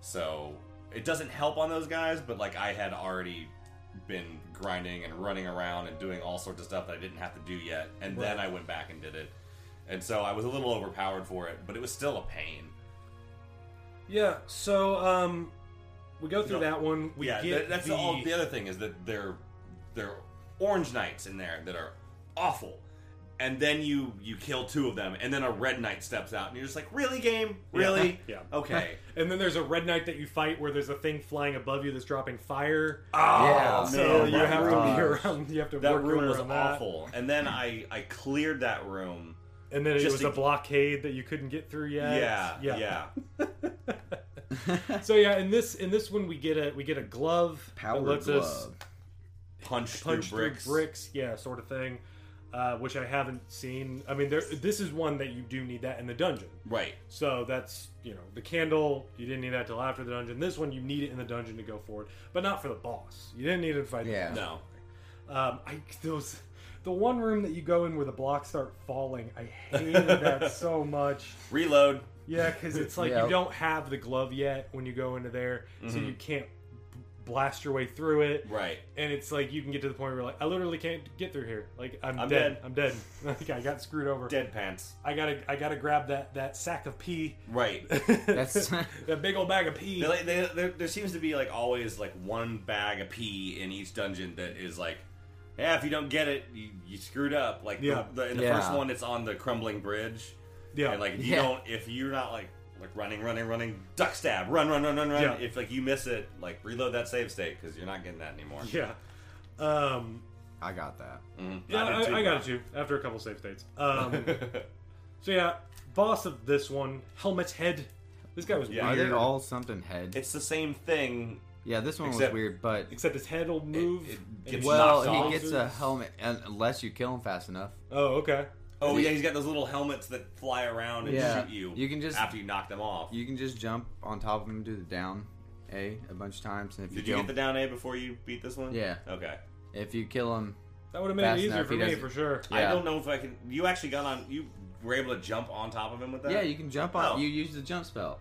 Speaker 2: so it doesn't help on those guys. But like I had already been grinding and running around and doing all sorts of stuff that I didn't have to do yet, and then
Speaker 1: Right.
Speaker 2: I went back and did it, and so I was a little overpowered for it, but it was still a pain.
Speaker 1: yeah. So um, we go through
Speaker 2: No.
Speaker 1: that one. We
Speaker 2: yeah,
Speaker 1: get
Speaker 2: that- that's
Speaker 1: the,
Speaker 2: all. The other thing is that there, there are orange knights in there that are awful, and then you you kill two of them, and then a red knight steps out, and you're just like, really, game, really,
Speaker 1: Yeah.
Speaker 2: okay.
Speaker 1: and then there's a red knight that you fight where there's a thing flying above you that's dropping fire.
Speaker 3: Yeah.
Speaker 2: Oh,
Speaker 1: so
Speaker 2: man,
Speaker 1: you
Speaker 2: that
Speaker 1: have to
Speaker 2: room-
Speaker 1: be around. You have to
Speaker 2: That
Speaker 1: work your
Speaker 2: room
Speaker 1: way
Speaker 2: was
Speaker 1: around that.
Speaker 2: awful, and then I I cleared that room.
Speaker 1: And then it
Speaker 2: Just
Speaker 1: was
Speaker 2: to-
Speaker 1: a blockade that you couldn't get through yet.
Speaker 2: Yeah, yeah,
Speaker 1: So yeah, in this in this one we get a we get a glove
Speaker 3: Power
Speaker 1: that lets
Speaker 3: glove.
Speaker 1: us
Speaker 2: Punch,
Speaker 1: punch
Speaker 2: through bricks.
Speaker 1: yeah, sort of thing. Uh, which I haven't seen. I mean, there this is one that you do need that in the dungeon.
Speaker 2: Right.
Speaker 1: So that's you know the candle. You didn't need that till after the dungeon. This one you need it in the dungeon to go forward, but not for the boss. You didn't need it to fight. the
Speaker 3: Yeah.
Speaker 2: No.
Speaker 1: Um, I those the one room that you go in where the blocks start falling. I hated that so much.
Speaker 2: Reload.
Speaker 1: Yeah, because it's like
Speaker 3: Yeah.
Speaker 1: you don't have the glove yet when you go into there, so you can't b- blast your way through it.
Speaker 2: Mm-hmm. Right.
Speaker 1: And it's like you can get to the point where you're like, I literally can't get through here. Like I'm,
Speaker 2: I'm
Speaker 1: dead.
Speaker 2: dead.
Speaker 1: I'm dead. Like I got screwed over.
Speaker 2: Dead pants.
Speaker 1: I gotta I gotta grab that that sack of pee.
Speaker 2: Right.
Speaker 3: That's
Speaker 1: That big old bag of pee.
Speaker 2: They, they, there, there seems to be like always like one bag of pee in each dungeon that is like, yeah, if you don't get it, you, you screwed up. Like
Speaker 1: Yeah.
Speaker 2: the, the, in the
Speaker 3: Yeah.
Speaker 2: first one, it's on the crumbling bridge,
Speaker 1: yeah.
Speaker 2: and like if you
Speaker 3: Yeah.
Speaker 2: don't, if you're not like like running, running, running, duck stab, run, run, run, run, run.
Speaker 1: Yeah.
Speaker 2: If like you miss it, like reload that save state because you're not getting that anymore.
Speaker 1: yeah. Um,
Speaker 3: I got that.
Speaker 2: Mhm.
Speaker 1: yeah,
Speaker 2: did
Speaker 1: I,
Speaker 2: too,
Speaker 1: I got it
Speaker 2: bro.
Speaker 1: too. After a couple save states. Um, so yeah, boss of this one, Helmet Head. This guy was
Speaker 2: Yeah.
Speaker 3: Are
Speaker 1: weird.
Speaker 3: they all something head?
Speaker 2: It's the same thing.
Speaker 3: Yeah, this one was
Speaker 2: Except-
Speaker 3: weird, but
Speaker 1: Except his head will move.
Speaker 2: it
Speaker 1: and
Speaker 2: gets
Speaker 1: he's
Speaker 2: knocked
Speaker 1: not
Speaker 3: well,
Speaker 2: off.
Speaker 3: he gets a
Speaker 1: solid.
Speaker 3: helmet un- unless you kill him fast enough.
Speaker 1: Oh, okay.
Speaker 2: Oh yeah, he's got those little helmets that fly around and
Speaker 3: Yeah.
Speaker 2: shoot you.
Speaker 3: You can just-
Speaker 2: after you knock them off.
Speaker 3: You can just jump on top of him, do the down A a bunch of times, and if
Speaker 2: Did you
Speaker 3: you kill
Speaker 2: get the down A before you beat this one?
Speaker 3: Yeah.
Speaker 2: Okay.
Speaker 3: if you kill him,
Speaker 1: That would have made
Speaker 3: Fast
Speaker 1: it easier
Speaker 3: enough,
Speaker 1: for
Speaker 3: he
Speaker 1: me,
Speaker 3: doesn't-
Speaker 1: for sure.
Speaker 3: Yeah.
Speaker 2: I don't know if I can. You actually got on. You were able to jump on top of him with that.
Speaker 3: yeah, you can jump on.
Speaker 2: Oh.
Speaker 3: You use the jump spell.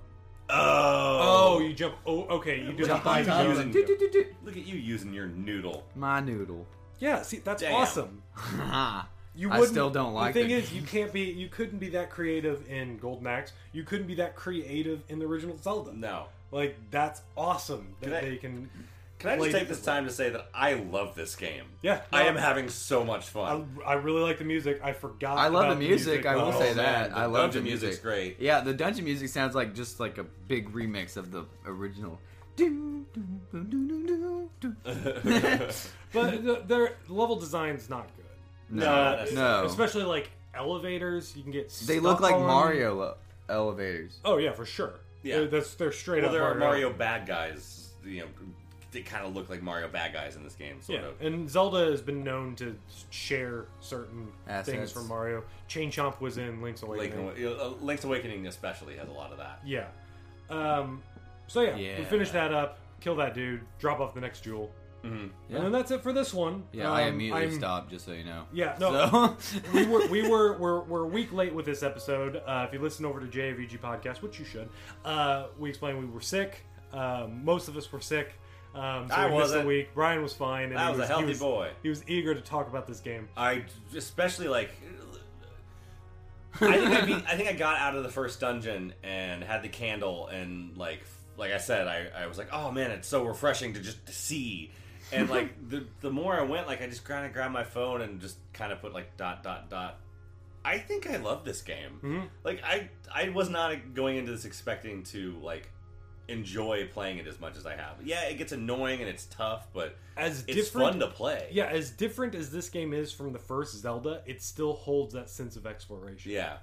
Speaker 2: Oh.
Speaker 1: Oh, you jump. Oh, okay. You do
Speaker 3: Jump
Speaker 1: the
Speaker 3: on
Speaker 1: high
Speaker 3: top of
Speaker 1: jump.
Speaker 3: him.
Speaker 2: using-
Speaker 3: Do, do, do, do.
Speaker 2: Look at you using your noodle.
Speaker 3: My noodle.
Speaker 1: Yeah, see, that's
Speaker 2: Damn.
Speaker 1: awesome. You
Speaker 3: I
Speaker 1: wouldn't-
Speaker 3: still don't like
Speaker 1: The thing
Speaker 3: it.
Speaker 1: is, you can't be. You couldn't be that creative in Golden Axe. You couldn't be that creative in the original Zelda.
Speaker 2: No.
Speaker 1: Like that's awesome that
Speaker 2: Can I-
Speaker 1: they can.
Speaker 2: Can I just
Speaker 1: Play
Speaker 2: take this
Speaker 1: differently.
Speaker 2: time to say that I love this game?
Speaker 1: Yeah.
Speaker 2: I am having so much
Speaker 1: I,
Speaker 2: fun.
Speaker 1: I really like the music. I forgot.
Speaker 3: I love
Speaker 1: about
Speaker 3: the music. I will
Speaker 1: Oh,
Speaker 3: say
Speaker 2: man,
Speaker 3: that.
Speaker 2: the
Speaker 3: I love
Speaker 2: dungeon
Speaker 3: the music.
Speaker 2: music's great.
Speaker 3: Yeah, the dungeon music sounds like just like a big remix of the original. Do, do, do, do, do, do.
Speaker 1: But the, their level design's not good.
Speaker 2: No,
Speaker 3: no.
Speaker 1: Especially like elevators, you can get.
Speaker 3: They look
Speaker 1: stuck
Speaker 3: like
Speaker 1: on.
Speaker 3: Mario lo- elevators.
Speaker 1: Oh yeah, for sure.
Speaker 2: Yeah.
Speaker 1: They're- that's they're straight
Speaker 2: Well,
Speaker 1: up
Speaker 2: there are
Speaker 1: Mario
Speaker 2: Mario bad guys. You know, they kind of look like Mario bad guys in this game, sort
Speaker 1: Yeah,
Speaker 2: of.
Speaker 1: and Zelda has been known to share certain things
Speaker 3: Assets.
Speaker 1: from Mario. Chain Chomp was in Link's
Speaker 2: Link,
Speaker 1: Awakening.
Speaker 2: Awa- uh, Link's Awakening especially has a lot of that.
Speaker 1: Yeah. Um, So yeah, we
Speaker 3: Yeah.
Speaker 1: finish that up, kill that dude, drop off the next jewel,
Speaker 2: Mhm.
Speaker 3: Yeah.
Speaker 1: and then that's it for this one.
Speaker 3: Yeah, I
Speaker 1: Um,
Speaker 3: immediately
Speaker 1: I'm-
Speaker 3: stopped, just so you know.
Speaker 1: Yeah, no,
Speaker 3: So,
Speaker 1: we were we were we're, we're a week late with this episode. Uh, if you listen over to JVG podcast, which you should, uh, we explained we were sick. Um, most of us were sick. Um, so
Speaker 2: I
Speaker 1: we missed
Speaker 2: wasn't.
Speaker 1: a week. Brian was fine. And
Speaker 2: That
Speaker 1: he
Speaker 2: was a
Speaker 1: he
Speaker 2: healthy boy.
Speaker 1: He was eager to talk about this game.
Speaker 2: I especially like. I think I, beat, I think I got out of the first dungeon and had the candle and like like I said I, I was like oh man it's so refreshing to just see and like the the more I went like I just kind of grabbed my phone and just kind of put like dot dot dot I think I love this game
Speaker 1: Mm-hmm.
Speaker 2: like I I was not going into this expecting to like enjoy playing it as much as I have yeah it gets annoying and it's tough but
Speaker 1: As
Speaker 2: it's
Speaker 1: different,
Speaker 2: fun to play
Speaker 1: yeah, as different as this game is from the first Zelda, it still holds that sense of exploration.
Speaker 2: yeah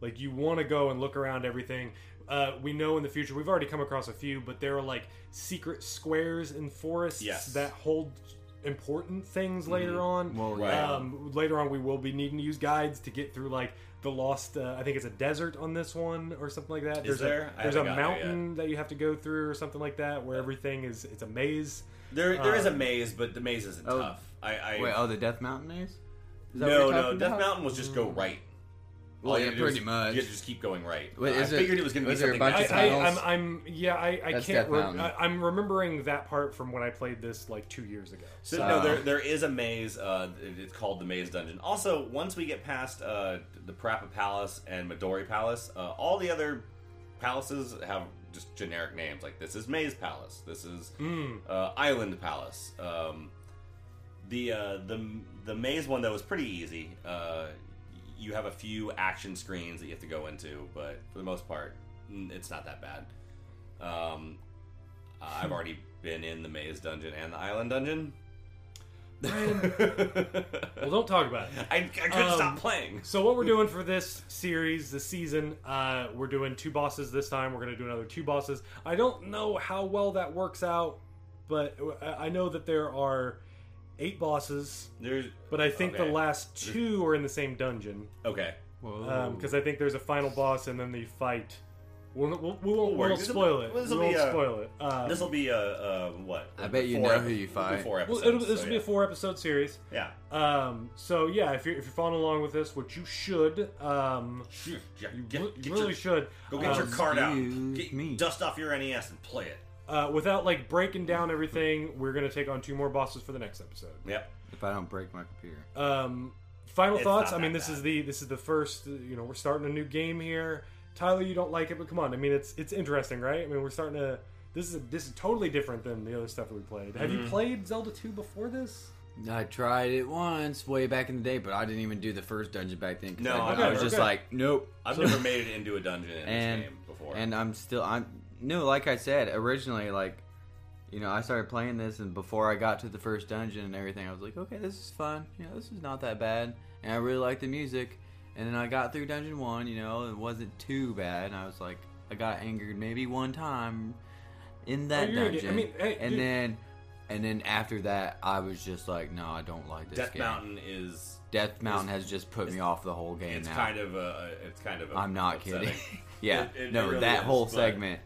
Speaker 1: Like you want to go and look around everything. Uh, we know in the future we've already come across a few, but there are like secret squares and forests
Speaker 2: Yes. Mm-hmm.
Speaker 1: that hold important things later on.
Speaker 3: well,
Speaker 2: Right.
Speaker 3: yeah.
Speaker 1: Um, later on, we will be needing to use guides to get through like the lost. Uh, I think it's a desert on this one or something like that.
Speaker 2: Is there?
Speaker 1: A,
Speaker 2: I
Speaker 1: there's a
Speaker 2: haven't gotten there Uh,
Speaker 1: mountain that you have to go through or something like that where everything is it's a maze.
Speaker 2: There, there is a maze, but the maze isn't
Speaker 3: Um, oh.
Speaker 2: tough. I, I
Speaker 3: Wait, oh, the Death Mountain is? is that what
Speaker 2: no,
Speaker 3: you're
Speaker 2: no.
Speaker 3: talking
Speaker 2: Death
Speaker 3: about? Hmm.
Speaker 2: Mountain was just go right. All
Speaker 3: Well,
Speaker 2: you had
Speaker 3: yeah,
Speaker 2: to do
Speaker 3: pretty
Speaker 2: was-
Speaker 3: much.
Speaker 2: You had to just keep going right.
Speaker 3: Wait,
Speaker 2: I
Speaker 3: is it-
Speaker 2: figured it was going to be
Speaker 3: was there a
Speaker 2: something.
Speaker 3: bunch
Speaker 1: I,
Speaker 3: of
Speaker 2: that-
Speaker 1: I,
Speaker 3: tunnels?
Speaker 1: I'm, I'm yeah I, I
Speaker 3: That's
Speaker 1: can't
Speaker 3: Death
Speaker 1: re-
Speaker 3: Mountain.
Speaker 1: I, I'm remembering that part from when I played this like two years ago.
Speaker 2: So, no, there, there is a maze. Uh, it- it's called the Maze Dungeon. Also, once we get past uh, the Parappa Palace and Midori Palace, uh, all the other palaces have just generic names. Like this is Maze Palace. This is uh, Island Palace. Um, the uh, the the maze one that was pretty easy. Uh, you have a few action screens that you have to go into, but for the most part, mm, it's not that bad. Um, I've already been in the maze dungeon and the island dungeon.
Speaker 1: Well, don't talk about it.
Speaker 2: I, I couldn't
Speaker 1: Um,
Speaker 2: stop playing.
Speaker 1: So what we're doing for this series, this season, uh, we're doing two bosses this time. We're gonna do another two bosses. I don't know how well that works out, but I I know that there are eight bosses.
Speaker 2: There's,
Speaker 1: But I think
Speaker 2: Okay.
Speaker 1: the last two are in the same dungeon
Speaker 2: okay.
Speaker 1: because I think there's a final boss and then they fight. We'll, we'll, we won't, we
Speaker 2: work.
Speaker 1: won't
Speaker 2: This'll
Speaker 1: spoil
Speaker 2: be-
Speaker 1: it.
Speaker 2: this'll
Speaker 1: we
Speaker 2: be,
Speaker 1: won't
Speaker 2: uh,
Speaker 1: spoil it. Uh,
Speaker 2: This will be a uh, what?
Speaker 3: I bet you
Speaker 2: Four
Speaker 3: know
Speaker 2: ep-
Speaker 3: who you fight.
Speaker 2: Four
Speaker 1: well,
Speaker 2: episodes.
Speaker 1: it'll, this
Speaker 2: so
Speaker 1: will be a
Speaker 2: yeah.
Speaker 1: four episode series.
Speaker 2: Yeah.
Speaker 1: Um, so yeah, if you're if you're following along with this, which you should, um,
Speaker 2: Shoot, yeah,
Speaker 1: you
Speaker 2: get-
Speaker 1: re-
Speaker 2: get
Speaker 1: really
Speaker 2: your-
Speaker 1: should.
Speaker 2: Go get your
Speaker 1: Um,
Speaker 2: card out.
Speaker 3: excuse
Speaker 2: Get,
Speaker 3: me.
Speaker 2: Dust off your NES and play it.
Speaker 1: uh, without like breaking down everything, we're gonna take on two more bosses for the next episode.
Speaker 2: Yep.
Speaker 3: If I don't break my computer.
Speaker 1: Um, final
Speaker 2: It's
Speaker 1: thoughts.
Speaker 2: not
Speaker 1: I mean,
Speaker 2: that
Speaker 1: this
Speaker 2: bad.
Speaker 1: is the this is the first. uh, You know, we're starting a new game here. Tyler, you don't like it, but come on. I mean, it's it's interesting, right? I mean, we're starting to. This is this is totally different than the other stuff that we played. Have
Speaker 3: Mm-hmm.
Speaker 1: you played Zelda two before this?
Speaker 3: I tried it once way back in the day, but I didn't even do the first dungeon back then. 'cause
Speaker 2: No,
Speaker 3: I,
Speaker 2: okay,
Speaker 3: I was just
Speaker 1: okay.
Speaker 3: like, nope.
Speaker 2: I've never made it into a dungeon in
Speaker 3: and
Speaker 2: this game before.
Speaker 3: and I'm still I'm no, like I said originally, like you know, I started playing this, and before I got to the first dungeon and everything, I was like, okay, this is fun. You know, this is not that bad, and I really like the music. And then I got through dungeon one, you know, it wasn't too bad, and I was like, I got angered maybe one time in that
Speaker 1: you're gonna
Speaker 3: dungeon,
Speaker 1: get- I mean, hey,
Speaker 3: and
Speaker 1: dude.
Speaker 3: then. And then after that, I was just like, no, I don't like this
Speaker 2: Death
Speaker 3: game.
Speaker 2: Mountain is
Speaker 3: Death Mountain has just put me off the whole game
Speaker 2: it's
Speaker 3: now.
Speaker 2: kind of a it's kind of a
Speaker 3: I'm not
Speaker 2: upsetting.
Speaker 3: kidding. yeah,
Speaker 2: It- it
Speaker 3: no,
Speaker 2: really
Speaker 3: that
Speaker 2: is,
Speaker 3: whole
Speaker 2: but-
Speaker 3: segment.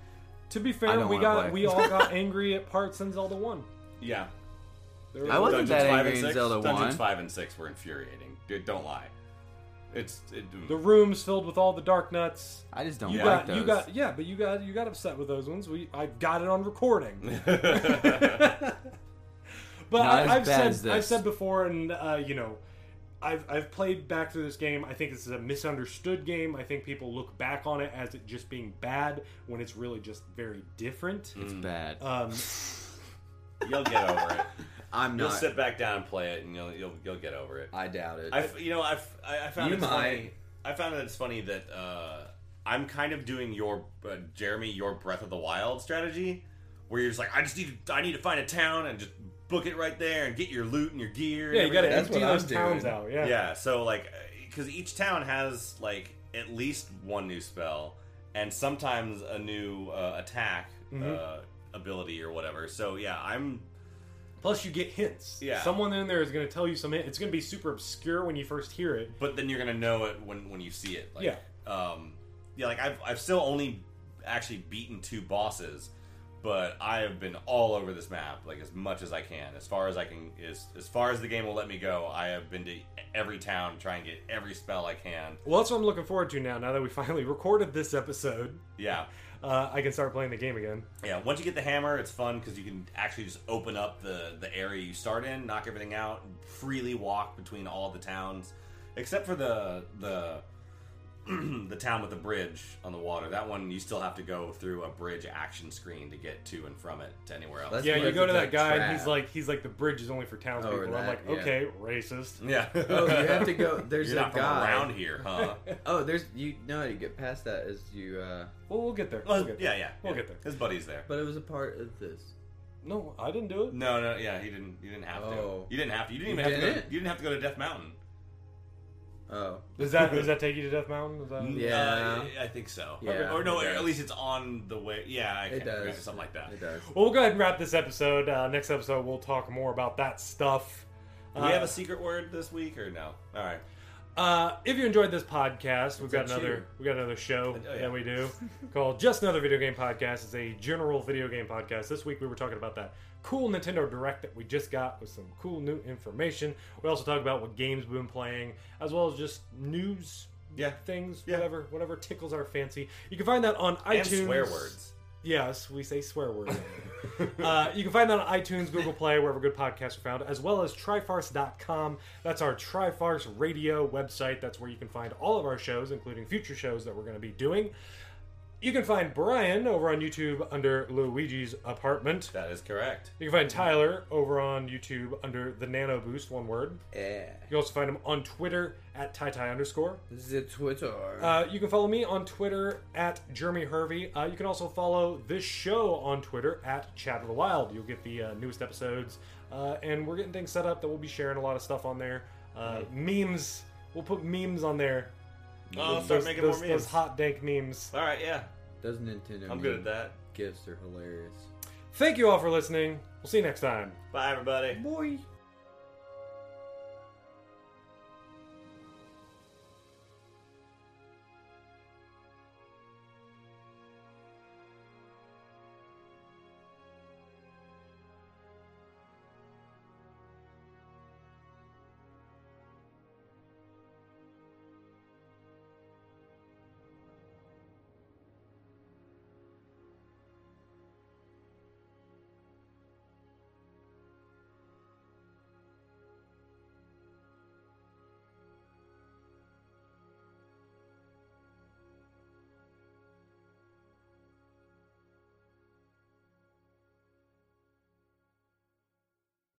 Speaker 1: To be
Speaker 3: I
Speaker 1: fair,
Speaker 3: don't
Speaker 1: we
Speaker 3: wanna
Speaker 1: got
Speaker 3: play.
Speaker 1: we all got angry at parts in Zelda one.
Speaker 2: Yeah.
Speaker 1: There were-
Speaker 3: I
Speaker 2: Dungeons
Speaker 3: wasn't
Speaker 2: five
Speaker 3: that angry
Speaker 2: and
Speaker 3: in
Speaker 2: six,
Speaker 3: Zelda
Speaker 2: Dungeons
Speaker 3: 1.
Speaker 2: five and six were infuriating. Dude, don't lie. It's it,
Speaker 1: the rooms filled with all the dark nuts.
Speaker 3: I just don't
Speaker 1: You got
Speaker 3: like those.
Speaker 1: you got yeah, but you got you got upset with those ones. We I got it on recording. But
Speaker 3: Not as
Speaker 1: I, I've
Speaker 3: bad
Speaker 1: said
Speaker 3: as this.
Speaker 1: I've said before, and uh, you know, I've I've played back through this game. I think this is a misunderstood game. I think people look back on it as it just being bad when it's really just very different.
Speaker 3: It's bad.
Speaker 1: Um,
Speaker 2: Mm. you'll get over it.
Speaker 3: I'm
Speaker 2: You'll
Speaker 3: not.
Speaker 2: sit back down and play it, and you'll you'll you'll get over it.
Speaker 3: I doubt it.
Speaker 2: I, f- you know, I've, I, I found
Speaker 3: You
Speaker 2: it
Speaker 3: might.
Speaker 2: funny. I found that it's funny that uh, I'm kind of doing your uh, Jeremy, your Breath of the Wild strategy, where you're just like, I just need, to, I need to find a town and just book it right there and get your loot and your gear. and
Speaker 1: yeah, you got to
Speaker 3: That's
Speaker 2: everything.
Speaker 1: empty
Speaker 3: what I
Speaker 1: those towns
Speaker 3: was doing.
Speaker 1: out. Yeah.
Speaker 2: Yeah, so like, because each town has like at least one new spell and sometimes a new uh, attack uh, ability or whatever. So yeah, I'm
Speaker 1: Plus, you get hints.
Speaker 2: Yeah.
Speaker 1: Someone in there is going to tell you some. hint. It's going to be super obscure when you first hear it.
Speaker 2: but then you're gonna know it when when you see it. Like,
Speaker 1: Yeah.
Speaker 2: Um, yeah, like I've I've still only actually beaten two bosses, but I have been all over this map like as much as I can, as far as I can, as as far as the game will let me go. I have been to every town, to try and get every spell I can.
Speaker 1: Well, that's what I'm looking forward to now. Now that we finally recorded this episode,
Speaker 2: Yeah,
Speaker 1: uh, I can start playing the game again.
Speaker 2: yeah. Once you get the hammer, it's fun because you can actually just open up the the area you start in, knock everything out, freely walk between all the towns, except for the the. the town with the bridge on the water. That one you still have to go through a bridge action screen to get to and from it to anywhere else.
Speaker 3: That's
Speaker 1: yeah,
Speaker 3: where
Speaker 1: you
Speaker 3: it's
Speaker 1: go to
Speaker 3: like
Speaker 1: that guy, and
Speaker 3: trap.
Speaker 1: he's like, he's like, the bridge is only for townspeople.
Speaker 3: Over
Speaker 1: I'm
Speaker 3: that,
Speaker 1: like,
Speaker 3: yeah.
Speaker 1: okay, racist.
Speaker 2: yeah.
Speaker 3: Oh, you have to go. There's
Speaker 2: You're not
Speaker 3: a
Speaker 2: from
Speaker 3: guy.
Speaker 2: around here, huh?
Speaker 3: Oh, there's you. No, you get past that as you. uh
Speaker 1: Well, we'll get there.
Speaker 2: well,
Speaker 1: We'll get
Speaker 2: yeah,
Speaker 1: there.
Speaker 2: yeah.
Speaker 1: We'll
Speaker 2: yeah.
Speaker 1: get there.
Speaker 2: His buddy's there.
Speaker 3: But it was a part of this.
Speaker 1: No, I didn't do it.
Speaker 2: No, no, yeah, he didn't. You didn't have
Speaker 3: Oh.
Speaker 2: to. You didn't have to. You didn't
Speaker 3: You
Speaker 2: even have to. Go,
Speaker 3: didn't?
Speaker 2: you didn't have to go to Death Mountain.
Speaker 3: Oh,
Speaker 1: Does that does that take you to Death Mountain? Is that...
Speaker 3: Yeah.
Speaker 2: Uh, I I think so.
Speaker 3: Yeah.
Speaker 2: Or no,
Speaker 3: It
Speaker 2: at
Speaker 3: does.
Speaker 2: least it's on the way. Yeah, I
Speaker 3: it
Speaker 2: can't remember,
Speaker 3: does.
Speaker 2: something like that.
Speaker 3: It does.
Speaker 1: Well, we'll go ahead and wrap this episode. Uh, next episode, we'll talk more about that stuff.
Speaker 2: Do
Speaker 1: Uh,
Speaker 2: we have a secret word this week or no? All right.
Speaker 1: Uh, if you enjoyed this podcast, we've
Speaker 3: a
Speaker 1: got another
Speaker 3: cheer.
Speaker 1: we got another show
Speaker 2: Oh, yeah.
Speaker 1: that we do called Just Another Video Game Podcast. It's a general video game podcast. This week we were talking about that cool Nintendo Direct that we just got with some cool new information. We also talk about what games we've been playing, as well as just news
Speaker 2: Yeah.
Speaker 1: things,
Speaker 2: Yeah.
Speaker 1: whatever whatever tickles our fancy. You can find that on
Speaker 2: And
Speaker 1: iTunes.
Speaker 2: swear words.
Speaker 1: Yes, we say swear words. uh, you can find that on iTunes, Google Play, wherever good podcasts are found, as well as Trifarce.com. That's our Trifarce radio website. That's where you can find all of our shows, including future shows that we're going to be doing. You can find Brian over on YouTube under Luigi's Apartment.
Speaker 2: That is correct.
Speaker 1: You can find Tyler over on YouTube under the Nano Boost, one word.
Speaker 3: Yeah.
Speaker 1: You can also find him on Twitter at Ty underscore.
Speaker 3: The Twitter.
Speaker 1: Uh, you can follow me on Twitter at Jeremy Hervey. Uh, you can also follow this show on Twitter at Chat of the Wild. You'll get the uh, newest episodes, uh, and we're getting things set up that we'll be sharing a lot of stuff on there. Uh, Memes. We'll put memes on there.
Speaker 2: Oh,
Speaker 1: Those-
Speaker 2: start
Speaker 1: those-
Speaker 2: making
Speaker 1: those,
Speaker 2: more memes.
Speaker 1: Those hot dank memes.
Speaker 2: All right. Yeah.
Speaker 3: Those Nintendo.
Speaker 2: I'm good at that.
Speaker 3: Gifts are hilarious.
Speaker 1: Thank you all for listening. We'll see you next time.
Speaker 2: Bye, everybody.
Speaker 3: Boy.